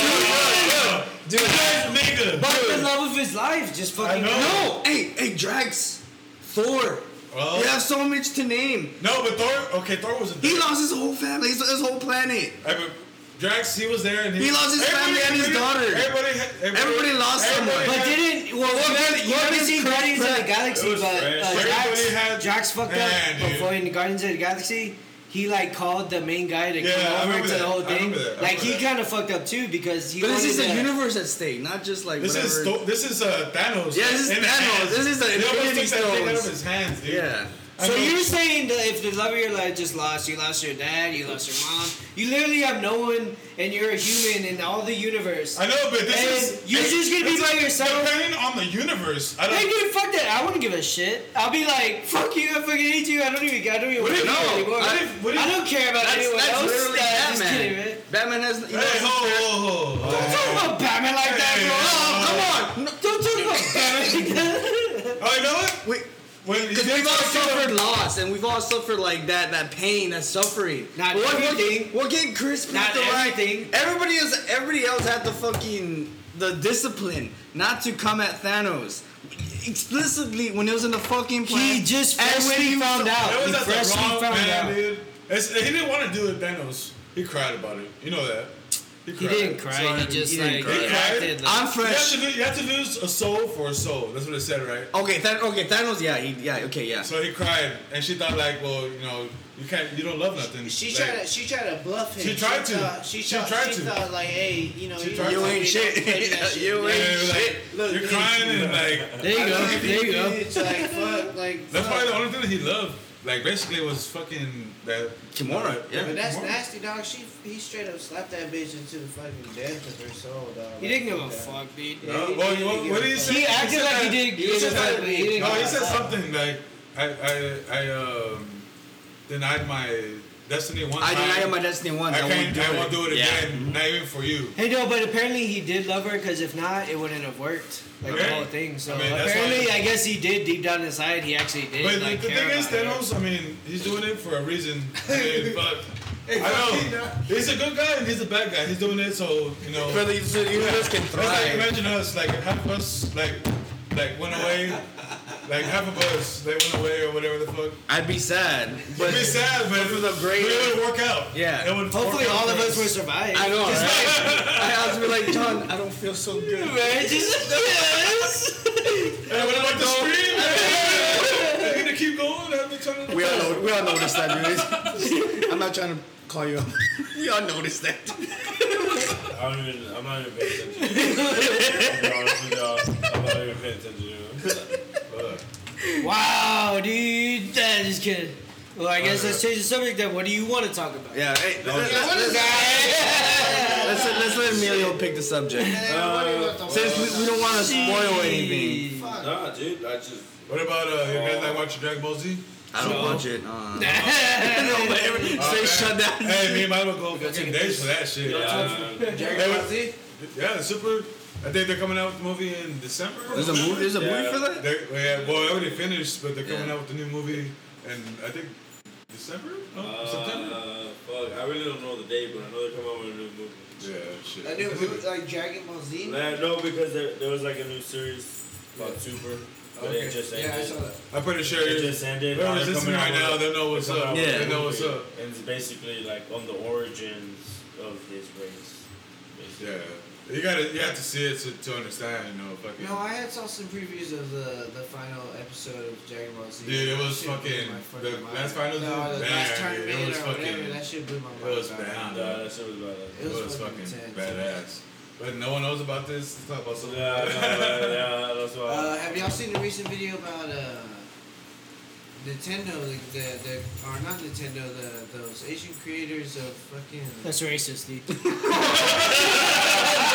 S1: oh, dude, dude, dude, dude.
S3: nigga.
S2: the love of his life just fucking.
S3: know.
S1: No, hey, hey, Drax, Thor.
S3: Well-
S1: you have so much to name.
S3: No, but Thor. Okay, Thor was a.
S1: He
S3: dick.
S1: lost his whole family, his, his whole planet.
S3: I mean, Drax, he was there, and
S1: He lost his
S3: Everybody-
S1: family and his
S3: everybody-
S1: daughter.
S3: Everybody, had- everybody,
S1: Everybody lost someone.
S2: But
S3: had-
S2: didn't well,
S1: What
S2: you,
S1: did-
S2: haven't- you
S1: what
S2: haven't
S1: did
S2: seen
S1: Chris
S2: Guardians of
S1: Pratt-
S2: the Galaxy,
S5: It was
S2: but
S5: fresh.
S2: uh,
S3: Everybody
S2: Drax,
S3: had-
S2: Drax fucked
S3: Man,
S2: up
S3: dude.
S2: before in Guardians of the Galaxy. He like called the main guy to
S3: Yeah, I
S2: come over
S3: remember
S2: to
S3: that.
S2: the whole
S3: I
S2: thing.
S3: remember that. I
S2: Like he
S3: remember that.
S2: kind of fucked up too because he.
S1: But this
S2: wanted
S1: is the
S2: to-
S1: universe at stake, not just like
S3: This
S1: whatever.
S3: is Thor- this is uh, Thanos.
S1: Yeah, this is
S3: in his
S1: Thanos.
S3: hands.
S1: This is the
S3: He almost
S1: Infinity
S3: took that thing out of
S1: Stones.
S3: his hands, dude.
S1: yeah.
S3: I
S2: So
S3: know.
S2: you're saying that if the love of your life just lost, you lost your dad, you lost your mom, you literally have no one, and you're a human in all the universe.
S3: I know, but this
S2: And
S3: is
S2: you're just gonna be
S3: this
S2: by
S3: is
S2: yourself?
S3: Depending on the universe, I
S2: Hey
S3: don't.
S2: dude, fuck that! I wouldn't give a shit. I'll be like, fuck you! I fucking hate you! I don't even. I don't even.
S3: What if-
S2: want you
S3: no,
S2: anymore.
S3: what if- what if-
S2: I don't care about
S1: That's,
S2: anyone
S1: that's
S2: else.
S1: literally
S2: Nah, I'm just
S1: Batman.
S2: kidding, man.
S1: Batman has. He
S3: Hey,
S1: lost
S3: ho,
S1: his parents.
S3: ho, ho.
S2: Don't talk about Batman like
S3: Hey,
S2: that,
S3: no.
S2: bro. Oh,
S1: Come on, no,
S2: Don't talk
S3: <laughs>
S2: about Batman like that.
S3: Oh, you know what?
S1: wait.
S3: When he
S1: Because
S3: did
S1: we've all
S3: fuck up-
S1: suffered loss, and we've all suffered like that, that pain, that suffering.
S2: Not
S1: But what,
S2: everything.
S1: What, what gave Chris Pratt
S2: Not
S1: the right?
S2: everything.
S1: Everybody else, everybody else had the fucking the discipline not to come at Thanos explicitly when it was in the fucking. plant.
S2: just
S1: And when
S2: freshly
S1: he
S2: found
S1: was-
S2: out.
S3: That was
S2: He
S3: at
S2: freshly
S3: the wrong
S2: found
S3: man,
S2: out.
S3: dude. It's, he didn't want to do it, Thanos. He cried about it. You know that. He,
S2: He
S3: cried.
S2: didn't cry.
S3: Sorry.
S2: he just
S1: he
S2: like
S1: didn't
S3: cry.
S2: acted. Like,
S1: I'm
S3: You have,
S1: fresh.
S3: to, lo- you have to lose a soul for a soul. That's what it said, right?
S1: Okay, Than- okay, Thanos. Yeah, he, yeah, okay, yeah.
S3: So he cried, and she thought like, well, you know, you can't, you don't love nothing.
S4: She
S3: like,
S4: tried to. She tried to bluff him.
S3: She tried to.
S4: Thought, she,
S3: She
S4: thought,
S3: tried
S4: she
S3: to.
S4: thought like, hey, you know,
S3: She
S4: you,
S3: tried
S1: you
S3: to.
S1: ain't shit. <laughs> you
S3: Yeah,
S1: ain't
S3: like,
S1: shit.
S4: Look,
S3: you're
S4: it's-
S3: crying and like.
S2: there you go. There you go.
S4: It's like
S3: <laughs>
S4: fuck, like.
S3: That's
S4: fuck.
S3: probably the only thing that he loved. Like basically was fucking that
S1: Kimura, yeah.
S4: But that's
S3: Kimura.
S4: nasty, dog. She he straight up slapped that bitch into the fucking death of her soul, dog.
S2: He didn't give a
S4: Like,
S2: fuck, dude.
S4: Yeah,
S3: No,
S4: he
S3: Uh, well,
S4: didn't
S3: what,
S4: give
S3: what
S4: a
S3: did he
S4: fuck.
S3: say?
S2: He acted
S3: said
S2: like he
S3: that-
S2: did
S3: He
S2: give
S3: said
S2: a
S3: that-
S2: fuck, but he didn't
S3: no,
S2: give
S3: he
S2: a
S3: said
S2: fuck.
S3: something like I I I um denied my destiny one
S1: I
S3: time.
S1: denied my destiny once.
S3: I
S1: I, won't
S3: can't.
S1: do
S3: I
S1: it.
S3: won't do it
S1: Yeah. Mm-hmm.
S3: again. Not even for you.
S2: Hey, no, but apparently he did love her because if not, it wouldn't have worked. Like
S3: Okay.
S2: the whole thing. So
S3: I mean, that's
S2: apparently,
S3: why-
S2: I guess he did deep down inside. He actually did.
S3: But
S2: like,
S3: the, the
S2: care
S3: thing is,
S2: about her.
S3: Thanos. I mean, he's doing it for a reason. I
S1: <laughs>
S3: mean, but I know he's a good guy and he's a bad guy. He's doing it so you know.
S1: For the, so the universe can
S3: It's like
S1: thrive.
S3: imagine us, like half of us, like like went away, like half of us, they went away or whatever the fuck.
S1: I'd be sad, but
S3: It'd be sad, but
S1: it was a great-
S3: but It would work out.
S1: Yeah.
S3: It would
S2: Hopefully,
S3: work out
S2: all of
S3: for
S2: us would survive.
S1: I know. Right?
S2: Just
S1: I have to be like John. I don't feel so good.
S2: like, man, just yes.
S3: Hey, what about the stream? Hey, You gonna keep going? Have to turn it
S1: We all
S3: off?
S1: know, we all noticed that, dude. <laughs> I'm not trying to call you up. We all noticed that.
S5: I don't even. I'm not even paying <laughs> attention. I'm be honest with y'all. I'm not even paying attention.
S3: Ugh.
S2: Wow, dude, that is good. Well, I guess let's change the subject. Then, what do you want to talk about?
S1: Yeah. Hey, let's,
S5: Okay.
S1: let's, let's, let's let Emilio pick the subject
S3: Uh,
S1: since we, we don't want to spoil anything.
S2: <laughs>
S5: Nah, dude. I just.
S3: What about uh, you guys like watching Dragon Ball Z?
S1: I don't watch it. Uh,
S2: Nah.
S1: stay
S3: Okay.
S1: shut down.
S3: Uh, Hey, me and mine will go fucking days for that shit.
S5: Yeah.
S3: They would- yeah, the super. I think they're coming out with the movie in December.
S1: There's a movie. There's a movie
S5: Yeah.
S1: for that.
S3: They're, yeah, well, they already finished, but they're coming
S1: Yeah.
S3: out with the new movie, and I think December, no,
S5: Uh,
S3: September.
S5: fuck. I really don't know the date, but I know they're coming out with a new movie.
S3: Yeah, shit.
S4: I knew it was like Dragon Ball Z.
S5: Man, no, because there, there was like a new series about Super, but it just ended.
S4: yeah, I saw that.
S3: I'm pretty sure.
S5: It just ended.
S3: Whoever's
S5: Now they're
S3: listening right
S5: coming out with-
S3: now, they'll know what's
S5: coming
S3: up.
S5: out with
S1: Yeah.
S5: a
S1: They
S3: know
S5: movie.
S3: what's up.
S5: And it's basically like on the origins of his race. basically.
S3: Yeah, you gotta, you have to see it to, to understand, you know, fucking.
S4: No, I had saw some previews of the the final episode of Dragon Ball Z.
S3: Dude, it
S4: That
S3: was
S4: shit blew
S3: fucking-
S4: my
S3: the
S4: mind.
S3: last finals
S4: No,
S3: was
S4: the
S3: bad,
S4: last
S3: dude. It
S4: tournament
S3: was
S4: or
S3: fucking-
S4: whatever. That shit blew my mind.
S3: it was
S4: dog.
S3: bad.
S5: And, uh, that shit was about it.
S4: It
S3: it
S4: was,
S3: was fucking
S4: intense.
S3: badass. But no one knows about this. Let's talk about something.
S5: Yeah, no, yeah, that's why.
S4: Uh, have y'all seen the recent video about uh, Nintendo? Like the, the or not Nintendo? The those Asian creators of fucking.
S2: That's racist, dude.
S4: <laughs>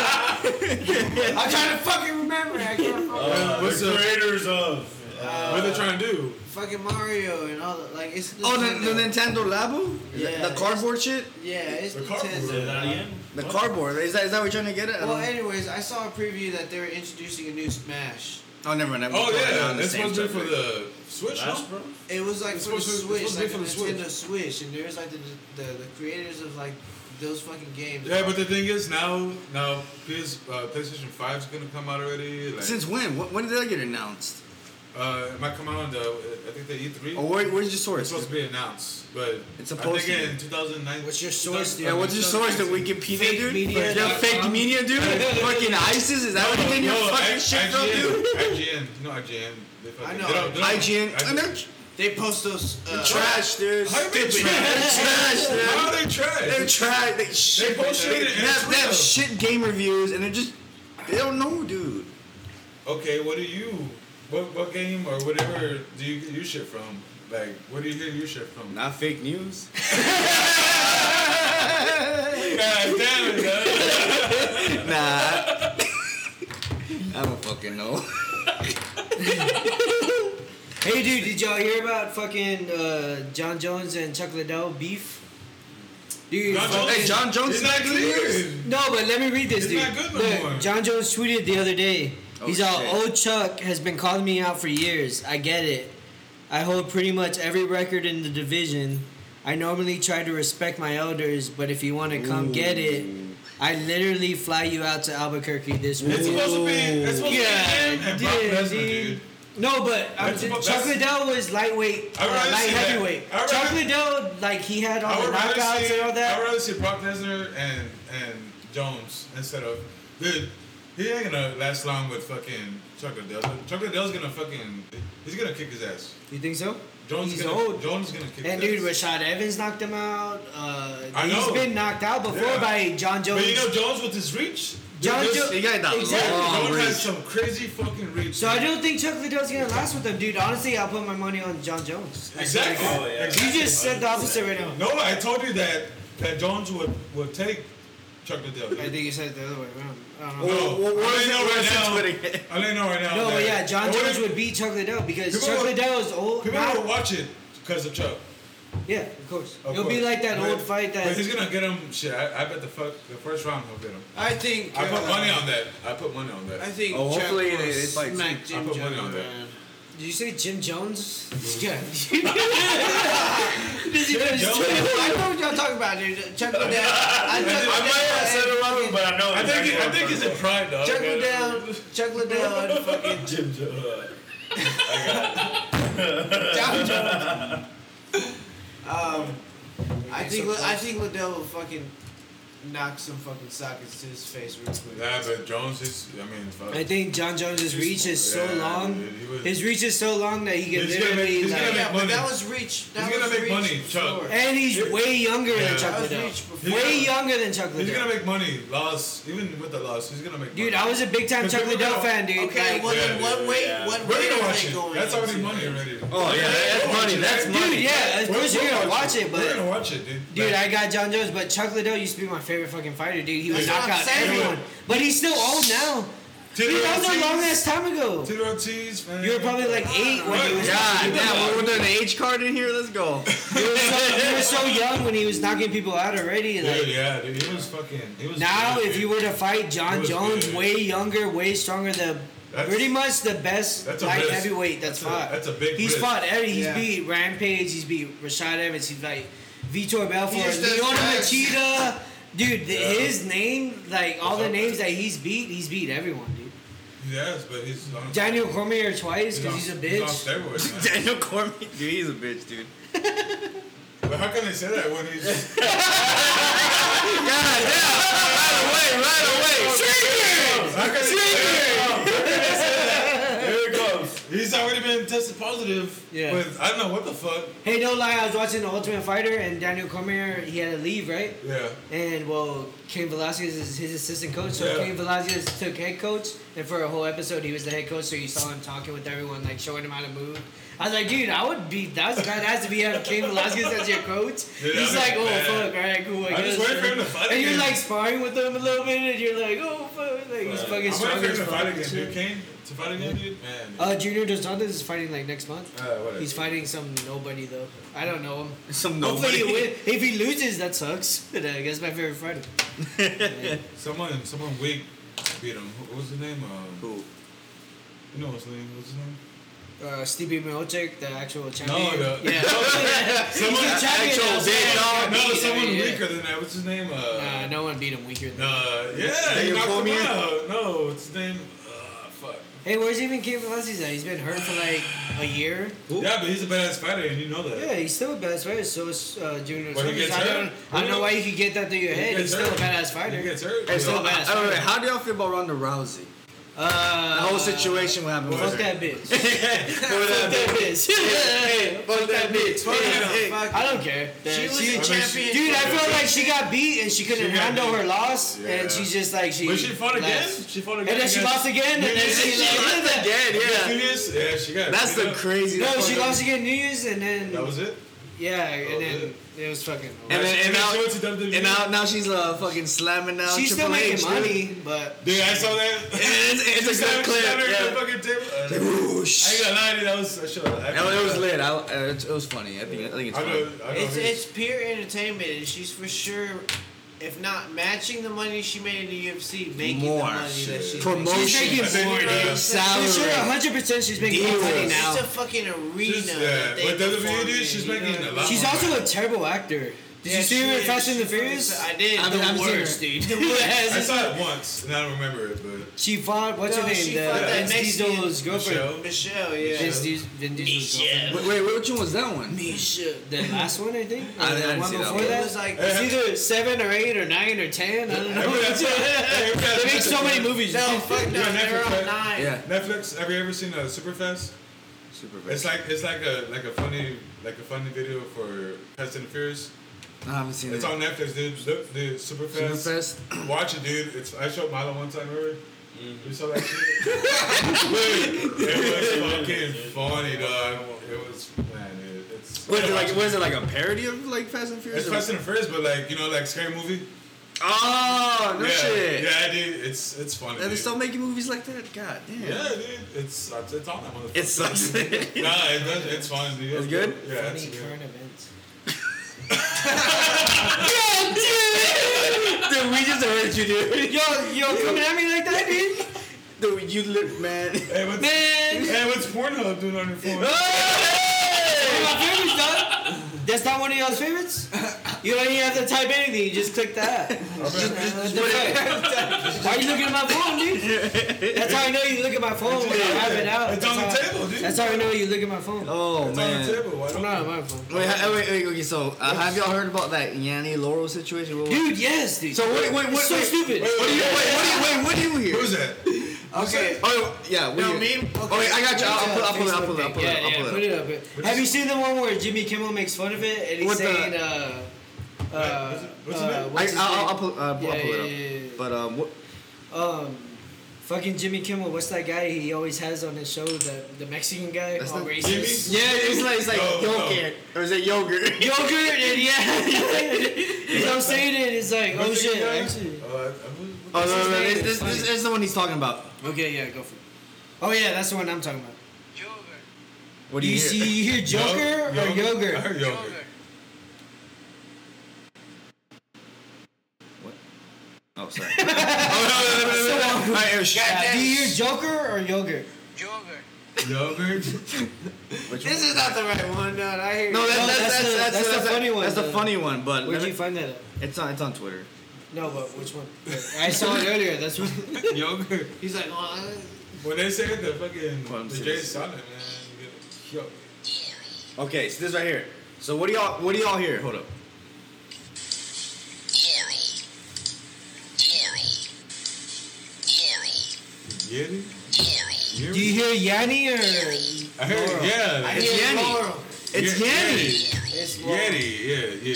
S2: <laughs>
S4: I'm trying to fucking remember. I can't. fucking-
S5: Uh,
S3: what's
S5: the
S3: up?
S5: creators of.
S4: Uh,
S3: <laughs> what are they trying to do?
S4: Fucking Mario and all that. Like it's.
S1: Oh, the, the Nintendo Labo.
S4: Yeah.
S1: The cardboard shit.
S4: Yeah, it's
S3: The
S4: Nintendo.
S3: cardboard.
S5: Say that again?
S1: The
S5: What?
S1: cardboard. Is that is that what you're trying to get at? I
S4: Well,
S1: don't-
S4: anyways, I saw a preview that they were introducing a new Smash.
S1: Oh, never mind. I'm
S3: Oh
S1: totally
S3: yeah,
S1: on the
S3: it's
S1: same
S3: supposed to be for
S1: subject.
S3: the Switch.
S5: Smash
S3: no?
S5: Bros?
S4: It was like
S3: It's
S4: for
S3: supposed to-
S4: the
S3: it's
S4: Switch,
S3: supposed to
S4: like
S3: be
S4: a
S3: for the Switch.
S4: Nintendo Switch, and there's like the, the the creators of like those fucking games.
S3: Yeah, but the thing is now, now PS, uh, PlayStation Five is gonna come out already. Like,
S1: Since when? Wh- When did that get announced?
S3: uh, it might come out on the, I think the E three.
S1: Or where, where's your
S3: It's
S1: source?
S3: supposed to be announced, but
S1: Oh, It's supposed
S3: I think
S1: to be.
S3: in 2009.
S2: What's your source, dude?
S1: Yeah, what's your source? The Wikipedia,
S2: Fake
S1: dude?
S2: media
S1: Yeah,
S2: dot
S1: fake
S2: com.
S1: media,
S3: <laughs>
S1: dude? fucking ISIS? Is that what you're getting your fucking shit from, dude?
S3: IGN, no IGN. They fucking-
S4: I know.
S3: They don't, they don't,
S1: IGN. And they're
S4: They post those. Uh,
S1: trash, dude.
S3: How are they
S1: Stupid. They're
S3: trash?
S1: trash,
S3: How
S1: dude.
S3: are they
S1: They're
S3: trash?
S1: trash. They shit.
S3: both shit
S1: They
S3: and
S1: have, they have
S3: Twitter.
S1: shit game reviews, and they're just they don't know, dude.
S3: Okay, what do you, what what game or whatever do you get your shit from? Like, what do you get your shit from?
S1: Not fake news.
S3: God
S1: <laughs>
S3: damn it, man.
S1: Nah. I, I don't fucking know.
S2: Hey, dude, did y'all hear about fucking uh, John Jones and Chuck Liddell beef? Dude,
S3: John
S2: fuck-
S3: Jones-
S1: Hey, John Jones
S3: It's
S1: is
S3: not clear.
S2: no, but let me read this,
S3: It's
S2: dude.
S3: not good no
S2: Look,
S3: more.
S2: John Jones tweeted the other day.
S1: Oh,
S2: He's all,
S1: shit.
S2: "Oh, Chuck has been calling me out for years. I get it. I hold pretty much every record in the division. I normally try to respect my elders, but if you want to come get it, I literally fly you out to Albuquerque this
S3: It's
S2: weekend."
S3: supposed to be. It's supposed
S2: Yeah,
S3: to be him and Brock
S2: dude,
S3: Lesnar,
S2: dude.
S3: dude.
S2: No, but uh, I'm
S3: That's-
S2: just-
S3: that's-
S2: Chuck Liddell was lightweight, uh,
S3: I'd rather
S2: light
S3: see that.
S2: heavyweight.
S3: I'd
S2: Chuck
S3: rather-
S2: Liddell, like he had all
S3: I
S2: the
S3: would rather
S2: knockouts
S3: see.
S2: and all
S3: I would
S2: that.
S3: rather see Brock Lesnar and and Jones instead of dude. He ain't gonna last long with fucking Chuck Liddell. Chuck Liddell's gonna fucking. He's gonna kick his ass.
S2: You think so?
S3: Jones
S2: He's
S3: is gonna.
S2: old.
S3: Jones is gonna kick
S2: And dude,
S3: his ass.
S2: Rashad Evans knocked him out. Uh,
S3: I
S2: He's
S3: know.
S2: been knocked out before
S3: Yeah.
S2: by John Jones.
S3: but you know Jones with his reach.
S2: John
S3: Dude,
S2: Jo-
S1: He got that
S2: Exactly.
S1: long
S3: Jones has
S1: reach.
S3: some crazy fucking reach.
S2: so I
S3: dude.
S2: don't think Chuck Liddell's gonna last with them, dude. Honestly, I'll put my money on John Jones. I swear to
S3: Exactly.
S2: God.
S5: Oh, yeah.
S2: You just said the opposite right now.
S3: No, I told you that that Jones would would take Chuck Liddell.
S2: I think you said it the other way around. I don't know.
S3: No,
S1: Well, well, what is
S3: I only
S1: it-
S3: know
S1: what
S3: right
S1: is it
S3: now.
S1: with it?
S3: I only know right now.
S2: No, but
S3: that-
S2: yeah, John
S3: What if-
S2: Jones would beat Chuck Liddell because
S3: People
S2: Chuck
S3: would-
S2: Liddell is old.
S3: People
S2: now-
S3: don't watch it because of Chuck.
S2: Yeah, of course.
S3: Of
S2: It'll be
S3: course.
S2: like that
S3: But-
S2: old fight
S3: But
S2: that.
S3: he's gonna get him. Shit, I, I bet the fuck the first round he'll get him.
S4: I think.
S3: I put
S4: uh,
S3: money on that. I put money on
S4: I
S3: that.
S4: think.
S1: Oh,
S4: Chuck
S1: hopefully
S4: will
S1: they- they fight soon.
S4: smack
S3: I
S4: Jim
S3: put money
S4: Jones,
S3: on that.
S4: man.
S2: Did you say Jim Jones?
S4: Yeah.
S3: <laughs>
S2: <laughs> Did you
S3: Jim Jones?
S4: I know what y'all talking about, dude.
S3: <laughs>
S4: Chuck Liddell. I, Chuck
S5: I might have said
S4: Liddell
S5: it wrong, but I know.
S3: I think
S5: exactly
S3: he- I think he's in pride, dog.
S4: Chuck Liddell, Chuck Liddell,
S3: <laughs>
S4: and fucking
S5: what Jim
S2: <laughs>
S5: Jones.
S4: John Jones. Um, I think Li- I think Liddell will fucking knock some fucking sockets to his face real quick.
S3: Nah, but Jones is. I mean, fuck.
S2: I think John Jones's reach is so
S3: Yeah,
S2: long.
S3: dude, he was-
S2: His reach is so long that he can
S3: He's gonna make-
S2: literally
S3: he's
S2: like.
S3: gonna
S4: yeah, but
S3: money.
S4: that was reach. That
S3: He's gonna
S4: was
S3: make
S4: reach
S3: money,
S4: before.
S3: Chuck.
S2: And he's way younger
S3: Yeah.
S2: than Chuck
S4: That was
S2: Liddell.
S4: reach before.
S2: Way younger than Chuck
S3: He's gonna
S2: Liddell.
S3: make money. Loss, even with the loss, he's gonna make.
S2: Dude,
S3: money.
S2: I was a big time
S3: Cause
S2: Chuck
S3: we're
S2: Liddell
S3: gonna-
S2: fan, dude.
S4: Okay,
S2: Like,
S4: well
S3: Yeah,
S4: then,
S3: dude,
S4: what weight?
S5: yeah.
S4: What
S3: We're
S4: weight
S3: gonna
S4: are
S3: watch
S4: they
S3: it.
S4: going?
S3: That's already
S4: into?
S3: money already.
S1: Oh yeah, that's
S3: We're gonna
S1: money.
S3: watch it.
S1: That's money.
S2: dude, yeah, of
S3: We're-
S2: course you're
S3: we're
S2: gonna watch it,
S3: we're gonna
S2: but
S3: watch it, dude.
S2: dude,
S3: Like,
S2: I got John Jones, but Chuck Liddell used to be my favorite fucking fighter, dude. He would
S4: That's
S2: knock
S4: what I'm
S2: out
S4: saying.
S2: everyone, but he's still old now. Dude, that was a long ass time ago.
S3: Tito Ortiz, man.
S2: You were probably like eight when he was.
S1: God damn, we're doing an age card in here. Let's go.
S2: You were, so, you were so young when he was knocking people out already.
S3: Dude,
S2: Like uh,
S3: yeah, dude, he was fucking. He was
S2: now,
S3: good,
S2: if
S3: dude.
S2: you were to fight
S3: He
S2: John
S3: was
S2: Jones,
S3: good.
S2: way younger, way stronger, the
S3: That's-
S2: pretty much the best
S3: that's a
S2: light
S3: risk.
S2: heavyweight that's,
S3: That's a-
S2: fought.
S3: that's a big
S2: He's
S3: risk.
S2: fought every. He's
S4: Yeah.
S2: beat Rampage. He's beat Rashad Evans. He's like Vitor Belfort,
S4: just does
S2: Leona
S4: facts.
S2: Machida. Dude, the,
S3: Yeah.
S2: his name, like all the
S3: That's-
S2: names that he's beat, he's beat everyone, dude.
S3: Yes, but he's on.
S2: Daniel Cormier twice because
S3: on-
S2: he's a
S3: He's on
S2: bitch. <laughs>
S3: steroids, man.
S1: Daniel Cormier, dude, he's a bitch, dude.
S3: But how can they say that when he's
S1: God damn! Right away, right away.
S3: how can they say that?
S5: Here it comes.
S3: he's already been tested positive?
S2: Yeah.
S3: With I don't know what the fuck.
S2: Hey, no lie, I was watching The Ultimate Fighter and Daniel Cormier, he had to leave, right?
S3: Yeah.
S2: And well, Cain Velasquez is his assistant coach, so
S3: Yeah.
S2: Cain Velasquez took head coach, and for a whole episode he was the head coach. So you saw him talking with everyone, like showing him how to move. I was like, dude, I would be. That's badass if you have Cain Velasquez as your
S3: <laughs>
S2: coach.
S3: Dude,
S2: He's
S3: I'm
S2: like,
S3: like,
S2: oh
S3: man.
S2: fuck, all right, cool. I
S3: I'm just
S2: guess.
S3: waiting for him to fight
S2: And you're
S3: again.
S2: like sparring with him a little bit, and you're like, oh fuck, like he's
S5: Right.
S2: fucking
S3: I'm
S2: strong
S3: waiting for him
S2: as
S3: to
S2: fuck
S3: fight
S2: and
S3: again,
S2: shit.
S3: dude. Kane to fight again, dude. Man.
S2: Uh, Junior Dos Santos is fighting like next month.
S3: Uh, whatever.
S2: He's fighting some nobody though. I don't know him.
S1: Some
S2: <laughs> Hopefully, he
S1: nobody.
S3: <laughs>
S2: win. if he loses, that sucks. But uh, I guess my favorite fighter.
S3: Someone, someone weak beat him. What was his name? Um,
S1: Who?
S3: you know what's his name? What's his name?
S2: uh, Stevie Miocic, the actual champion.
S3: No, the-
S2: yeah.
S3: <laughs> Someone
S2: He's the champion,
S1: actual
S2: that's
S1: big
S2: why.
S1: dog.
S3: No,
S2: Oh, Yeah,
S3: someone
S2: yeah.
S3: weaker than that. What's his name? Uh,
S2: Nah, no one beat him weaker than.
S3: uh, yeah,
S1: Daniel
S3: he knocked
S1: Cormier?
S3: him out. No, what's his name? Uh, fuck.
S2: Hey, where's even Kane Velasquez at? He's been hurt for like a year.
S3: Yeah, but he's a badass fighter, and you know that.
S2: Yeah, he's still a badass fighter. So is uh, Junior.
S3: When he
S2: Saunders.
S3: gets
S2: I
S3: hurt?
S2: don't, I don't know why you could get that through your head.
S3: gets
S2: He's still a
S3: hurt.
S2: badass
S3: He
S2: fighter.
S3: gets hurt.
S1: Hey, so,
S2: Still a badass
S1: I- I don't know,
S2: fighter.
S1: how do y'all feel about Ronda Rousey?
S2: Uh,
S1: The whole situation what happened with
S2: Fuck
S1: her.
S2: that
S3: <laughs>
S2: bitch.
S1: Fuck
S2: Fuck that bitch.
S1: Fuck that bitch.
S4: Fuck
S1: Yeah.
S4: it, fuck it.
S2: I don't care.
S4: She was
S2: She-
S4: a champion.
S2: Dude, I feel like she got beat and she couldn't
S3: She got
S2: handle
S3: beat.
S2: her loss,
S3: Yeah.
S2: and she's just like she.
S3: But she fought again.
S2: left.
S3: She fought
S2: and
S3: again.
S2: then she
S3: against-
S2: lost again, and then she,
S1: She
S2: like,
S1: lost
S2: did
S3: <laughs>
S2: that.
S1: again,
S3: Yeah.
S1: yeah.
S3: Yeah, she got.
S1: That's the
S3: beat up.
S1: crazy.
S2: No, she
S1: fucking-
S2: lost again New Year's, and then
S3: That was it.
S2: yeah,
S4: Oh,
S2: and
S3: was
S2: then it was fucking.
S1: And then and
S3: She
S1: now,
S3: went to WWE.
S1: and now, now she's uh, fucking slamming down.
S2: she's still
S1: Triple
S2: making
S1: H, dude.
S2: money, but
S3: Dude, I saw that.
S1: And It's, it's a good clip.
S3: Stunner in the
S1: Yeah.
S3: fucking table. Uh,
S1: Like, whoosh.
S3: I ain't gonna lie, dude. That was. I should've- I
S1: No, it was lit. I, uh, it, it was funny. I think I think it's
S3: I know.
S1: funny.
S3: I know.
S4: It's
S3: who-
S4: it's pure entertainment, and she's for sure, if not matching the money she made in the UFC, making
S1: More
S4: the money that
S1: shit.
S4: she's
S1: Promotion.
S4: making.
S2: she's making more.
S3: think, uh,
S2: dude.
S1: salary.
S2: For sure, hundred percent, she's making more money
S1: Deals.
S4: It's
S2: now.
S4: a fucking arena.
S3: She's, yeah,
S4: that they
S3: but WWE,
S4: perform
S3: dude,
S4: in,
S3: she's
S4: you know
S3: making
S4: what
S3: a
S4: I
S3: lot
S2: She's
S3: more
S2: also
S3: money.
S2: a terrible actor. Did
S4: Yeah,
S2: you see
S4: she
S2: her in
S4: is.
S2: Fast and the
S4: She's fucking-
S2: Furious?
S4: I did.
S1: I've-
S4: the
S1: I've seen her.
S4: worst,
S2: <laughs>
S4: dude. The
S3: I
S4: worst.
S3: saw it once, and I don't remember it, but
S2: She fought what's
S4: No,
S2: her name?
S4: she
S2: The
S4: fought
S2: Vin
S4: that Mexican
S2: Diesel's girlfriend.
S3: Michelle.
S4: Michelle, yeah.
S2: Vince Dies- Vin Diesel's
S4: Michelle.
S2: girlfriend.
S1: Wait, wait, which one was that one?
S4: Misha.
S2: The last one, I think.
S1: I
S2: Or the
S1: didn't
S2: one
S1: see that
S2: before
S1: one.
S4: It
S2: that.
S4: was like
S2: It's either seven or eight or nine or ten. I
S4: <laughs>
S2: don't know.
S3: Every time- every time-
S2: they make so many movies.
S4: no, fuck no,
S3: You're on
S4: they're
S3: Netflix,
S4: on
S3: right?
S4: nine.
S1: Yeah,
S3: Netflix. Have you ever seen a Superfest?
S1: super.
S3: It's like it's like a like a funny like a funny video for Fast and the Furious.
S1: I haven't seen
S3: It's
S1: it.
S3: on Netflix, dude. Look, dude, Superfest.
S1: Superfest.
S3: Watch it, dude. It's I showed Milo one time. Remember?
S2: Mm-hmm.
S3: You saw that shit? <laughs> Dude, it was fucking funny, dog. It was man. It, it's
S1: Was it like was it like a parody of like Fast and Furious?
S3: It's
S1: or-
S3: Fast and the Furious, but like you know, like scary movie.
S1: Oh no
S3: yeah,
S1: shit!
S3: yeah, dude. It's it's funny.
S1: And they're
S3: dude.
S1: still making movies like that. God damn.
S3: Yeah, dude, it's it's it's on that motherfucker.
S1: It sucks. <laughs>
S3: Nah, it does, it's fun, dude.
S1: It's good?
S3: Yeah, it's
S2: Funny
S3: good.
S2: current events.
S1: God damn! Dude, we just heard you, dude. Yo,
S2: Yo, coming at me like that, dude.
S1: dude, you lit, man.
S3: Hey, what's,
S2: Man.
S3: hey, what's Pornhub doing on your phone?
S1: Hey!
S2: My favorites, dog. That's not one of y'all's favorites. You don't even have to type anything. You just click that. What the fuck? <laughs> Why are you looking at my phone, dude? That's how I know you look at my phone when I have it out.
S3: It's on the
S2: That's how-
S3: table, dude.
S2: That's how I know you look at my phone.
S1: Oh
S3: it's on the
S1: man.
S3: table. Why
S2: I'm
S3: don't
S2: not on my phone.
S1: Wait, ha- wait, wait, okay, so uh, have y'all heard about that Yanni Laurel situation? What was-
S2: Dude, yes, dude.
S1: So wait, wait,
S2: It's
S1: what?
S2: so
S1: wait,
S2: stupid.
S1: Wait, what do you, wait, what do you, wait, what do you hear?
S3: Who's that?
S1: Okay. Oh yeah. What
S4: No,
S1: do you,
S4: me-
S1: Oh wait, I got you. I'll, I'll pull it. I'll pull it. I'll pull it.
S2: Yeah,
S1: I'll
S2: yeah,
S1: pull
S2: put
S1: it.
S2: it up. Have you seen the one where Jimmy Kimmel makes fun of it and he's
S1: With the-
S2: saying, uh, uh,
S3: What's his
S2: uh,
S3: name?
S1: I,
S2: what's his
S1: I'll,
S2: name?
S1: I'll pull. Uh, I'll pull
S2: Yeah, yeah, yeah,
S1: it
S2: yeah.
S1: up. But um, what,
S2: Um, fucking Jimmy Kimmel. What's that guy he always has on his show? The the Mexican guy.
S1: That's
S2: all
S1: not-
S2: racist.
S1: Yeah, it's like it's like
S3: No, no.
S1: yogurt, or is it yogurt?
S2: Yogurt and yeah. <laughs> you know what I'm saying? It, it's like, oh
S3: What's the
S2: shit.
S3: guy?
S2: Actually.
S3: Uh, who- who-
S1: Oh no, no, no,
S2: It's
S1: this, this,
S2: his name.
S1: this is the one he's talking about.
S2: Okay, yeah, go for it. Oh yeah, that's the one I'm talking about.
S1: What do
S2: You
S1: you
S2: see,
S1: hear?
S2: you hear Joker
S3: Yo-
S2: or
S3: I
S2: yogurt?
S3: heard yogurt.
S1: Oh, sorry. oh no, no, no, no, no, no. All right, here, shh.
S2: Yeah, do you hear Joker or yogurt?
S3: Yogurt.
S1: Which
S4: This
S1: one?
S4: is not the right one, no. I hear
S1: No,
S4: you.
S1: that's
S2: No,
S1: that's
S2: that's
S1: that's,
S2: the-
S1: that's,
S2: that's the funny one,
S1: That's the
S2: though.
S1: funny one, but
S2: Where'd
S1: let
S2: you
S1: me,
S2: find that? At?
S1: it's on it's on Twitter.
S2: No, but which one? I saw it earlier. That's <laughs> what.
S3: yogurt.
S4: He's like, oh,
S3: When they say the fucking
S1: Well, I'm
S3: the Jay
S1: serious.
S3: Silent man, you get yogurt.
S1: Okay, so this right here. So what do y'all what do y'all hear? Hold up.
S3: Yeti.
S2: Do you hear Yanni or?
S3: I heard.
S4: I
S3: Yeah.
S1: It's
S4: hear
S1: Yanni.
S4: Laurel.
S1: It's
S3: Yeah,
S1: Yanni.
S4: It's Laurel.
S3: Yeti. Yeah. Yeah.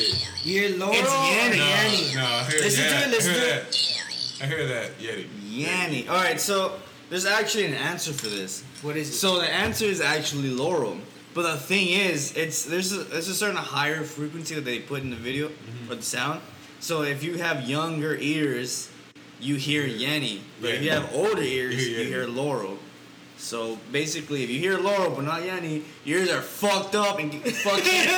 S2: You hear Laurel?
S1: It's Yanni.
S2: or
S3: No,
S2: Yanni.
S3: no, I hear
S2: Listen to
S3: that.
S2: it, listen
S3: I
S2: to
S3: hear
S2: it.
S3: that. I hear that, Yeti.
S1: Yanni. All right, so there's actually an answer for this.
S2: What is it?
S1: So the answer is actually laurel. But the thing is, it's there's a, there's a certain higher frequency that they put in the video or the sound. So if you have younger ears, you hear Yenny. But if you
S3: Yeah.
S1: have older ears,
S3: hear
S1: you
S3: Yanny.
S1: hear laurel. So basically, if you hear laurel but not Yenny, your ears are fucked up and get fucking.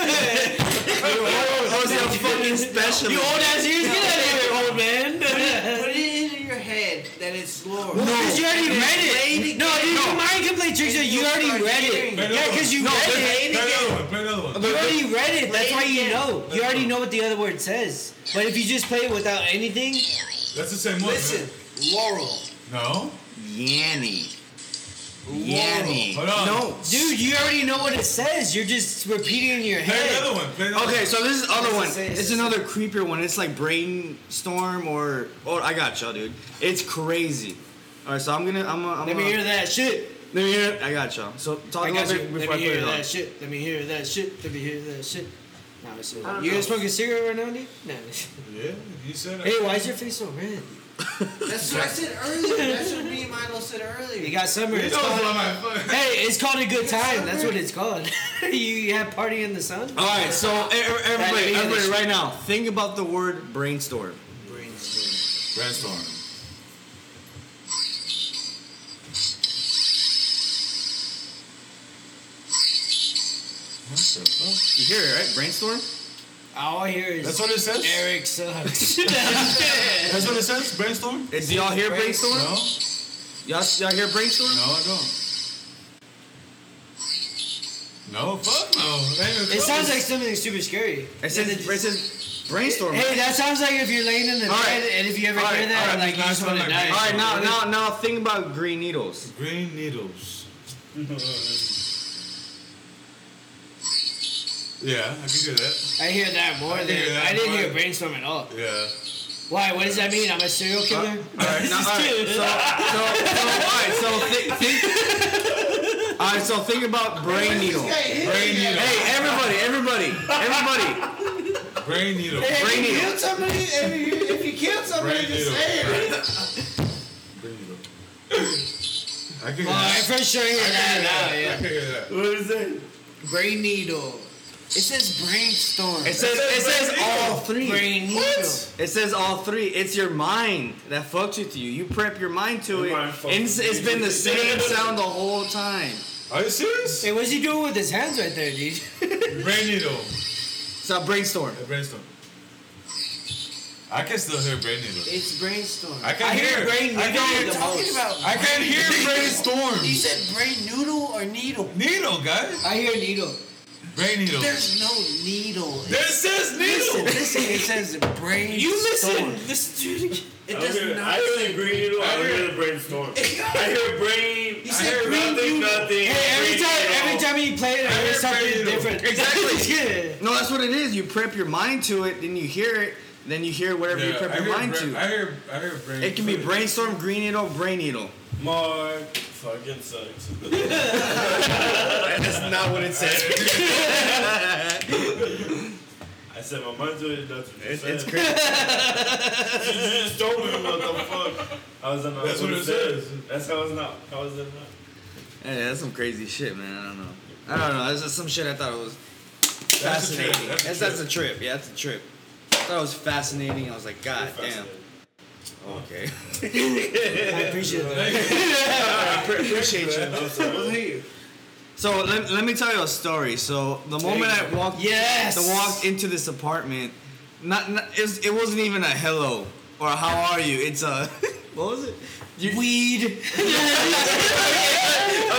S1: <laughs> Or is it a fucking special?
S2: you old ass ears, get out of here, old man.
S4: Put it into your head then it's lore.
S2: Because you already read it. No, dude, your mind can play tricks on you. You already read it.
S3: Play another
S2: Yeah, because you
S3: one.
S2: read
S3: play,
S2: it.
S3: play another one. Play another one.
S2: You already read it. That's
S4: Play it
S2: why you
S4: again.
S2: know. You already know what the other word says. But if you just play it without anything,
S3: That's the same one.
S4: Listen, Laurel.
S3: man. No.
S1: Yanny. Yanny.
S3: Hold on.
S1: No.
S2: dude, you already know what it says. You're just repeating it in your
S3: Play
S2: head.
S3: another one. Play another
S1: Okay, so this is other one.
S2: It's the same-
S1: It's another creepier one. It's like brainstorm or or I got y'all, dude. It's crazy. All right, so I'm gonna I'm gonna, I'm
S2: Let me
S1: gonna
S2: hear that shit.
S1: let me hear. I got y'all. So talk
S2: I
S1: a
S2: got
S1: little
S2: you.
S1: bit
S2: Let
S1: before I
S2: me
S1: put
S2: hear
S1: it on.
S2: that shit. Let me hear that shit. Let me hear that shit. Nah, that's it.
S4: I don't
S2: You
S4: know.
S2: guys smoking a cigarette right now, dude? Nah.
S3: one. Yeah, you said
S2: Hey,
S3: it.
S2: why is your face so red?
S4: That's what I said earlier. That's what me and Milo said
S2: You
S4: earlier.
S2: got summer.
S3: You
S2: It's
S3: know
S2: called,
S3: what I'm like,
S2: hey, it's called a good time. That's what it's called. <laughs> you, you have party in the sun.
S1: All right, so e- e-
S2: Right, let me
S1: everybody,
S2: hear
S1: everybody,
S2: this.
S1: right now, think about the word brainstorm.
S3: Brainstorm. What the fuck?
S1: You hear it, right? Brainstorm.
S2: All I hear is
S3: That's what it says.
S2: Eric sucks.
S3: That's what it says. Brainstorm.
S1: It's, do y'all hear brainstorm?
S3: No,
S1: Y'all y'all hear brainstorm?
S3: no, I don't. No, fuck no. That ain't even
S2: it sounds
S3: close.
S2: like something super scary.
S1: It says
S2: Does it-
S1: it says brainstorm.
S2: Hey, that sounds like if you're laying in the bed
S1: All right.
S2: and if you ever
S1: All
S2: hear
S1: right,
S2: that,
S3: all right,
S2: like you
S3: that's
S2: just
S3: what
S2: want
S3: I'm
S2: to
S3: like,
S2: die.
S1: All right, now now now think about green needles.
S3: green needles.
S5: <laughs>
S3: Yeah, I can do that.
S2: I hear that more
S3: I
S2: than
S3: hear that
S2: I didn't
S3: more.
S2: hear brainstorm at all.
S3: Yeah.
S2: Why? What does that mean? I'm a serial
S1: All
S2: killer.
S1: right, uh, now, all right, so, so, so, all right, so think, think, all right, so think about brain needle. Hey,
S3: Brain needle.
S1: everybody, everybody, everybody,
S3: Brain needle.
S1: brain needle.
S4: somebody, if you, if you kill somebody,
S3: Brain needle.
S4: it.
S3: Brain needle. I can
S2: Well, I for sure hear that now.
S3: I
S2: Yeah.
S3: can hear that.
S1: What is it?
S2: Brain needle.
S4: It says brainstorm.
S1: It says it says all
S2: Oh,
S1: three.
S2: Brain needle.
S1: It says all three. It's your mind that fucks with you. You prep your mind to
S5: Your
S1: it,
S5: mind
S1: and
S5: fucks
S1: it's,
S5: with
S1: it's
S5: you.
S1: been the same sound the whole time.
S3: Are you serious?
S2: Hey, what's he doing with his hands right there, dude? <laughs>
S3: Brain needle.
S1: So brainstorm.
S3: Uh, Brainstorm. I can still hear brain needle.
S4: It's brainstorm.
S3: I can
S2: I hear
S3: hear
S2: brain
S3: I
S2: needle
S3: can
S2: the
S3: hear,
S4: talking about.
S3: I can <laughs> hear brainstorm.
S4: You said brain noodle or needle?
S3: Needle, guys.
S2: I hear needle.
S3: Brain needle.
S4: There's no needle.
S3: This is
S4: Listen,
S3: needle.
S4: listen, it says brainstorm.
S2: Listen to it.
S4: It
S5: I
S4: does
S5: hear,
S4: not.
S5: I hear green needle. I
S3: I hear-
S5: hear the
S4: <laughs>
S5: brainstorm. I hear brain.
S4: You
S5: I
S4: said
S5: hear
S4: green
S5: nothing.
S4: noodle.
S5: Nothing.
S2: Hey, every
S5: green
S2: time,
S5: needle.
S2: every time he played it, I hear
S3: hear brain
S2: something
S3: needle.
S2: different.
S1: Exactly.
S2: <laughs> yeah.
S1: No, that's what it is. You prep your mind to it, then you hear it, then you hear whatever you
S3: Yeah,
S1: prep
S3: I
S1: your
S3: hear
S1: mind
S3: bra-
S1: to.
S3: I hear, I hear brain.
S1: It can be brainstorm, green needle, brain needle.
S5: Mark fucking sucks.
S1: That's not what it says.
S5: I said my mind's already done.
S1: It's, it's crazy.
S5: <laughs> You just told me what the fuck. I was in
S3: That's what it says.
S5: That's how it's not. How is it not?
S1: Hey, that's some crazy shit, man. I don't know. I don't know. That's just some shit I thought it was
S3: That's a trip.
S1: fascinating. That's,
S3: That's a
S1: that's, a trip. Yeah, that's a trip. I thought it was fascinating. I was like, God damn. Okay.
S2: I appreciate that.
S1: I pre- <laughs> appreciate you. So let, let me tell you a story. So the moment I walked,
S2: Yes.
S1: the walked into this apartment, not, not it, was, it wasn't even a hello or a how are you. It's a <laughs> what was it? You-
S2: Weed.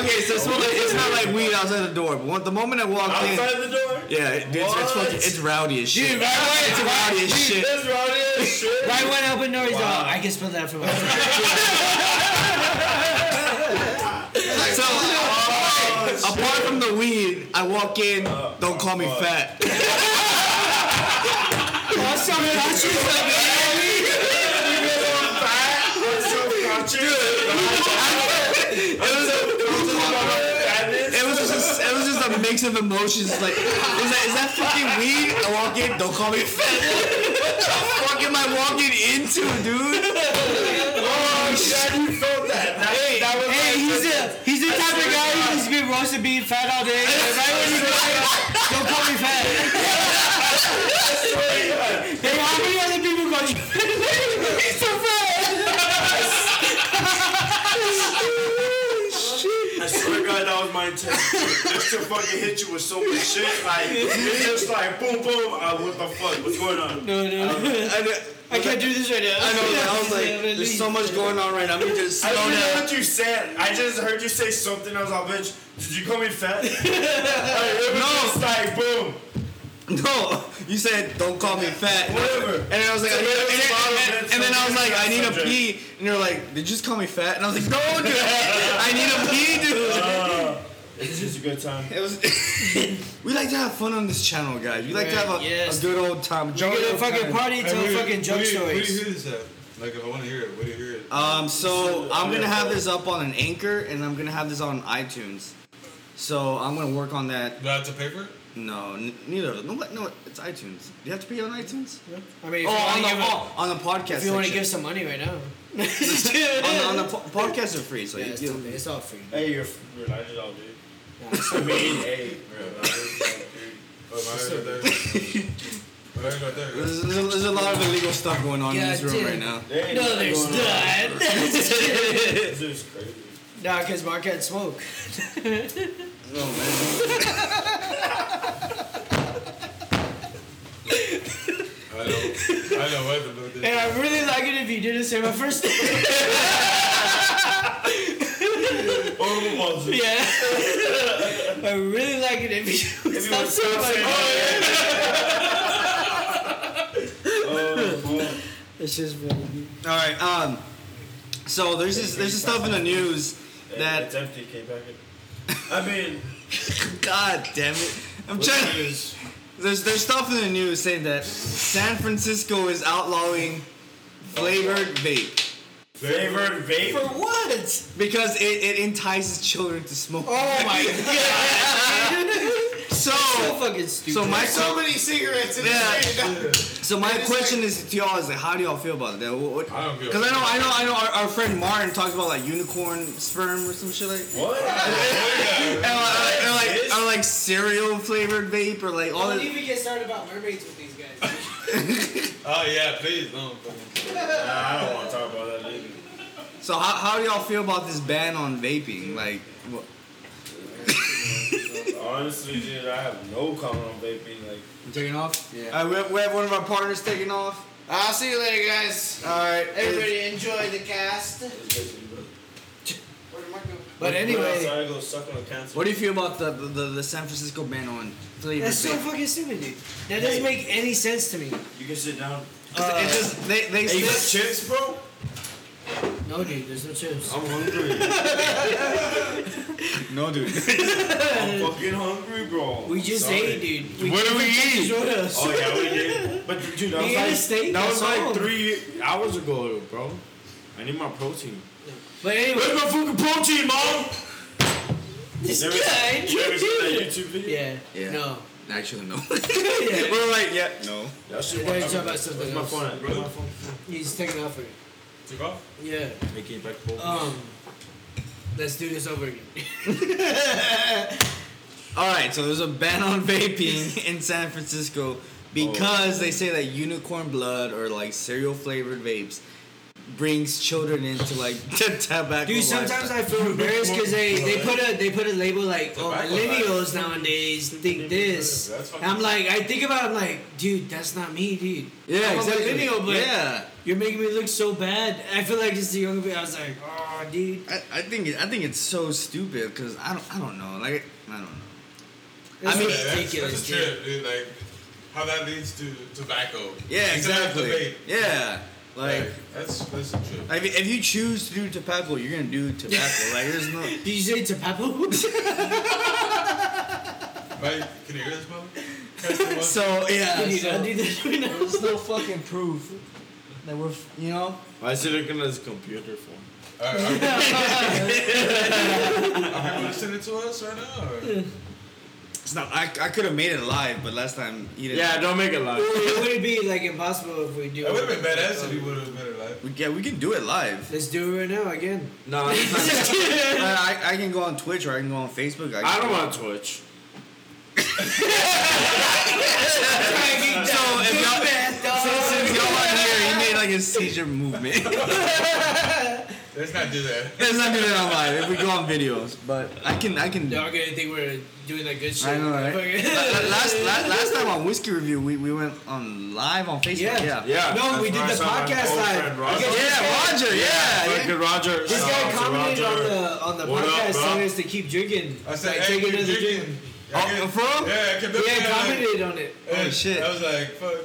S1: Okay, so it's, not like, it's not like weed outside the door, but when, the moment I walked in,
S5: Outside the door.
S1: yeah, it- it's, it's, fucking, it's rowdy as shit.
S2: Dude, right away,
S1: it's rowdy as shit.
S5: That's right. yeah, Shit.
S2: Right when I opened the door, he's
S5: Wow.
S2: like, "Oh, I can spell that <laughs> for myself.
S1: <laughs> So, uh, apart from the weed, I walk in. don't call me fat.
S2: Oh, subconscious.
S1: it was a, it was just it was just a mix of emotions. Like, is that is that fucking weed? I walk in. Don't call me fat. what the fuck am I walking into, dude? Oh shit! You felt that. hey, that was
S2: Hey, he's a he's the type of guy who's been roasted being fat all day. And Right when you go, don't call me
S1: <laughs>
S2: fat. hey, how many other people call you? <laughs> he's so fat.
S5: I swear to God, that was my intent. Just to fucking hit you with so much shit. Like, it's just like, boom, boom. Uh, what the fuck? What's going on?
S2: No, no.
S1: I,
S2: I can't do this right now.
S1: I know. I was like, there's so much going on right now. Let me just
S5: I
S1: slow
S5: just
S1: down.
S5: heard you said. I just heard you say something. I was like, bitch, did you call me fat? like, it was
S1: No.
S5: just like, boom.
S1: No, you said don't call me fat.
S5: Whatever.
S1: And then I was like, I need, and, then- and, then- and then I was like, I need a pee. And they're like, did you just call me fat? And I was like, no, dude, I need a pee, dude.
S5: Uh, it's just a good time.
S1: It was. we like to have fun on this channel, guys. We like to
S2: Right,
S1: have a,
S2: yes.
S1: a good old time.
S2: You're
S1: Jolly
S2: gonna
S1: old
S2: fucking
S1: time.
S2: party
S3: Hey,
S2: till
S3: where do you-
S2: fucking
S3: where
S2: joke
S3: do you- Where do you
S2: stories.
S3: hear this at? Like, if I want to hear it, where do you hear it?
S1: Um, so
S5: So,
S1: I'm gonna
S5: yeah.
S1: have this up on an anchor, and I'm gonna have this on iTunes. So I'm gonna work on that.
S3: Do I have to pay for it?
S1: No, n- neither of them. No, what? No, it's iTunes. Do you have to pay on iTunes?
S2: I mean,
S1: Oh,
S2: if you wanna
S1: on the,
S2: give a-
S1: oh, on the podcast.
S2: if you want to
S1: section.
S2: give some money
S1: <laughs>
S2: right now,
S1: on the, on the po- podcasts are free, so
S2: yeah,
S1: you,
S2: it's,
S1: you,
S2: all, it's all free.
S5: Hey, you're you're not at all, dude. I mean, hey, bro. I was like, dude.
S3: Oh, mine is right there. Mine is right there.
S1: There's, there's, there's a lot of illegal stuff going on in this room
S2: Goddamn.
S1: right now.
S5: There ain't
S2: No,
S5: nothing
S2: there's
S5: going on.
S2: not.
S5: This is crazy.
S2: <laughs> nah, because Mark had smoke.
S3: I know. I know what to do.
S2: And I really like it if you didn't say my first name.
S5: Oh, was it?
S2: yeah. <laughs> I really like it if you
S5: If you
S2: stop
S5: would
S2: saying
S5: stop
S2: my
S5: saying
S2: name.
S5: Oh, boy.
S2: It's just really.
S1: All right. Um. So there's this there's this stuff in the news
S5: That
S1: that
S5: it's empty. Came back in. I mean,
S1: God damn it. I'm trying. to-
S5: is
S1: There's there's stuff in the news saying that San Francisco is outlawing flavored vape
S5: flavored vape.
S2: For what?
S1: because it, it entices children to smoke.
S2: Oh my
S1: <laughs> so
S2: so fucking stupid.
S1: so my
S4: So many cigarettes in
S1: Yeah.
S4: the same
S1: so my question is to y'all is like how do y'all feel about that? What,
S3: I don't give a
S1: Cause I know,
S3: fuck.
S1: I know, I know. Our, our friend Martin talks about like unicorn sperm or some shit like. <laughs>
S5: What?
S1: And like, and like, and like, or, like cereal flavored vape or like all that.
S2: even get started about mermaids with these guys.
S3: Oh, yeah, please. No.
S5: Nah, I don't want to talk about that either.
S1: So how, how do y'all feel about this ban on vaping? Like, wha-
S5: Honestly, dude, I have no comment on vaping. Like,
S1: taking off?
S4: Yeah.
S1: Uh, we, have, we have one of our partners taking off.
S4: I'll see you later, guys.
S1: All right.
S4: Everybody enjoy the cast.
S5: it's basically, bro.
S4: Where did Mark go?
S2: But anyway,
S5: I go suck on a cancer.
S1: What do you feel about the the, the, the San Francisco ban on flavored
S2: that's so
S1: vape?
S2: fucking stupid, dude. That doesn't make any sense to me.
S5: You can sit down.
S1: 'Cause it just they they
S5: Hey, you got
S1: said-
S5: chips, bro?
S2: No, dude, there's no chips.
S5: I'm hungry.
S1: <laughs> no dude.
S5: I'm fucking hungry, bro.
S2: We just
S5: Sorry.
S2: ate, dude. We
S1: What do we eat?
S2: Oh,
S5: Oh yeah, we did. But dude, that
S2: We ate
S5: was
S2: a
S5: like
S2: steak,
S5: that was
S2: that's all.
S5: like three hours ago, bro. I need my protein.
S2: But anyway,
S5: Where's my fucking protein, mom?
S2: this <laughs>
S5: Never-
S2: guy.
S5: You ever seen that YouTube video?
S2: Yeah.
S1: Yeah.
S2: No.
S1: <laughs> Actually no. <laughs>
S2: Yeah.
S1: We're like yeah no.
S5: That shit.
S2: They're talking about something
S5: Where's my
S2: else.
S5: phone at? Where's my phone?
S2: He's taking off for it.
S3: Took off?
S2: Yeah.
S5: Make it back home.
S2: Um. Let's do this over again.
S1: All right, so there's a ban on vaping <laughs> in San Francisco because they say that unicorn blood or like cereal flavored vapes brings children into like <laughs> t- tobacco.
S2: Dude, sometimes I feel embarrassed because they, they put a they put a label like oh
S3: Tobacco
S2: millennials nowadays think this.
S3: That's fucking-
S2: And I'm like I think about it, I'm like dude that's not me dude.
S1: yeah,
S2: I'm
S1: exactly.
S2: A millennial, but
S1: yeah,
S2: you're making me look so bad. I feel like it's the younger people. I was like oh dude.
S1: I, I think it, I think it's so stupid because I don't I don't know like I don't know.
S2: That's
S1: I mean,
S3: Yeah, that's,
S2: ridiculous.
S3: that's a
S2: dude.
S3: trip, dude. Like, how that leads to tobacco.
S1: Yeah,
S3: Except the
S1: exactly.
S3: vape.
S1: Yeah, like.
S3: Like, that's, that's a trip.
S1: Like, if if you choose to do tobacco, you're gonna do <laughs> tobacco. Like there's no.
S2: Did you say tobacco? <laughs>
S3: Mike, can you hear this, bro?
S1: <laughs>
S3: Test it
S1: So yeah.
S2: Dude,
S1: so-
S2: I'll <laughs> do that right now.
S1: there's no fucking proof that we're f- you know.
S5: Why is he looking at his computer phone?
S3: one. All right, Are are you going to send it to us right now? Or?
S1: It's not. I, I could have made it live, but last time he didn't.
S5: Yeah, don't make it loud.
S2: it would be like impossible if we do. Um,
S3: That would
S2: it.
S3: have been badass if he would have been alive.
S1: We, yeah, we can do it live.
S2: Let's do it right now again. <laughs>
S5: No,
S1: <laughs>
S5: it's not-
S1: I, I, I can go on Twitch or I can go on Facebook. I,
S5: I
S1: can
S5: don't
S1: go-
S5: want Twitch.
S1: So if <laughs> y'all, since, since y'all aren't here, he made like a seizure movement.
S3: Let's not do that.
S1: Let's not do that on live. If we go on videos, but I can, I can.
S2: Y'all gonna think we're doing that good shit.
S1: I know,
S2: <laughs>
S1: right?
S2: Fucking-
S1: La- la- last, last, last time on whiskey review, we, we went on live on Facebook.
S2: Yeah.
S1: Yeah.
S5: Yeah.
S2: No, we did
S3: That's
S2: the
S3: why I saw my
S2: podcast
S3: old
S2: live.
S3: friend Roger.
S2: Because this
S1: Yeah,
S2: guy-
S1: Roger. Yeah.
S5: Fucking
S1: yeah.
S5: Roger.
S2: This
S5: shout out
S2: guy
S5: to
S2: commented on
S5: Roger.
S2: the on the
S3: What up,
S2: podcast
S3: bro?
S2: telling us to keep drinking.
S3: I said,
S2: like,
S3: hey,
S2: take
S3: keep
S2: another drink.
S3: drinking.
S1: Oh,
S3: I
S1: for real?
S3: Yeah, I kept looking
S2: Yeah,
S3: at it.
S2: commented on it.
S1: Oh, shit.
S3: I was like, fuck.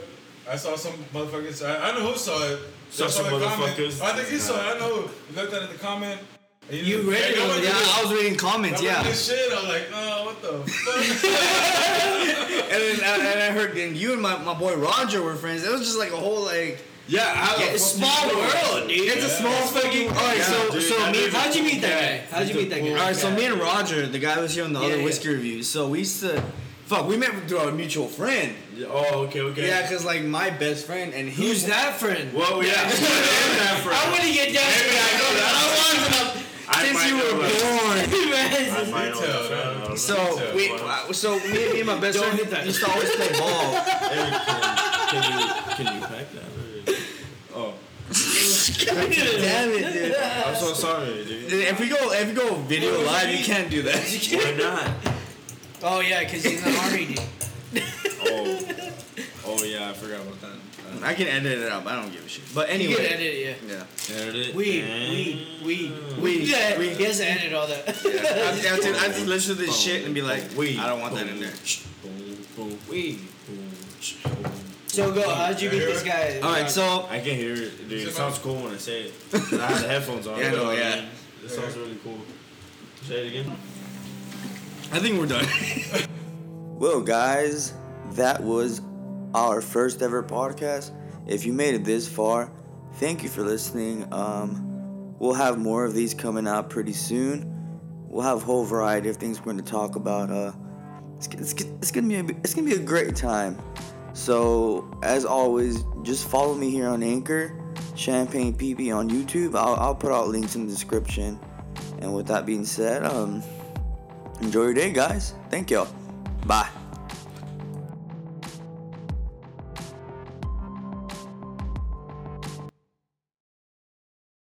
S3: I saw some motherfuckers. I, I know who saw it. They
S5: Saw
S3: saw
S5: some
S3: the comment.
S5: motherfuckers.
S3: I think he saw it. I know. who. Looked at the comment. and
S2: You
S3: knew,
S2: read
S3: "Hey,
S2: it
S3: nobody
S2: on
S1: Yeah,
S3: did
S1: I was reading comments.
S3: Nobody
S1: Yeah.
S3: did shit. I was like, oh, what the fuck?
S1: And then and, and I heard and you and my, my boy Roger were friends. It was just like a whole like
S5: Yeah, I,
S1: yeah, small world, dude. It's a small fucking. All right, so
S5: dude,
S1: so
S5: that
S1: me.
S5: dude-
S2: How'd you meet that guy? How'd you meet that guy?
S1: All right, so me and Roger, the guy who was here on the
S2: Yeah,
S1: other
S2: yeah.
S1: whiskey review. So we used to, fuck, we met through our mutual friend.
S5: Yeah, Oh, okay, okay.
S1: Yeah, cause like my best friend and he
S2: Who's that friend?
S5: Well, yeah.
S1: <laughs>
S5: yeah. that for
S2: I want to get down to <laughs> that.
S5: I
S1: since
S5: might
S1: you
S5: know
S1: were
S5: that.
S1: born.
S5: I might know
S3: Detail,
S5: that. I don't
S3: man.
S5: know.
S1: So
S3: Detail.
S1: we,
S5: Wow.
S1: uh, so me, me and my best
S2: Don't
S1: friend
S2: hit that.
S1: used to always play ball. <laughs>
S5: Eric, can, can you can you pack that? Or? Oh,
S1: Damn it, dude.
S5: I'm so sorry, dude.
S1: If we go, if we go video live, you can't do that. <laughs>
S5: Why not?
S2: Oh yeah, because he's in the army. dude.
S5: Oh, oh yeah, I forgot about that. Uh,
S1: I can edit it out. I don't give a shit. But anyway,
S2: You can edit it,
S1: yeah.
S5: edit.
S2: yeah. Weed,
S5: and-
S2: weed, weed,
S1: Weed,
S2: Yeah,
S1: weed.
S2: he has to edit all that.
S1: I just, I just- I just listen to this shit and be like,
S5: Weed.
S1: I don't want that in there.
S5: Boom, boom, weed. Boom, sh- boom, boom.
S2: So go. How'd you meet this guy?
S1: All right, so
S5: I can hear it. Dude, it sounds cool when I say <laughs> it. 'Cause I have the headphones on.
S1: Yeah, no, yeah.
S5: It sounds really cool. Say it again.
S1: I think we're done. <laughs> well, guys, that was our first ever podcast. If you made it this far, thank you for listening. Um, we'll have more of these coming out pretty soon. We'll have a whole variety of things we're going to talk about. Uh, it's, it's, it's gonna be a, it's gonna be a great time. So as always, just follow me here on Anchor, Champagne PP on YouTube. I'll, I'll put out links in the description. And with that being said, um, enjoy your day, guys. Thank y'all. Bye.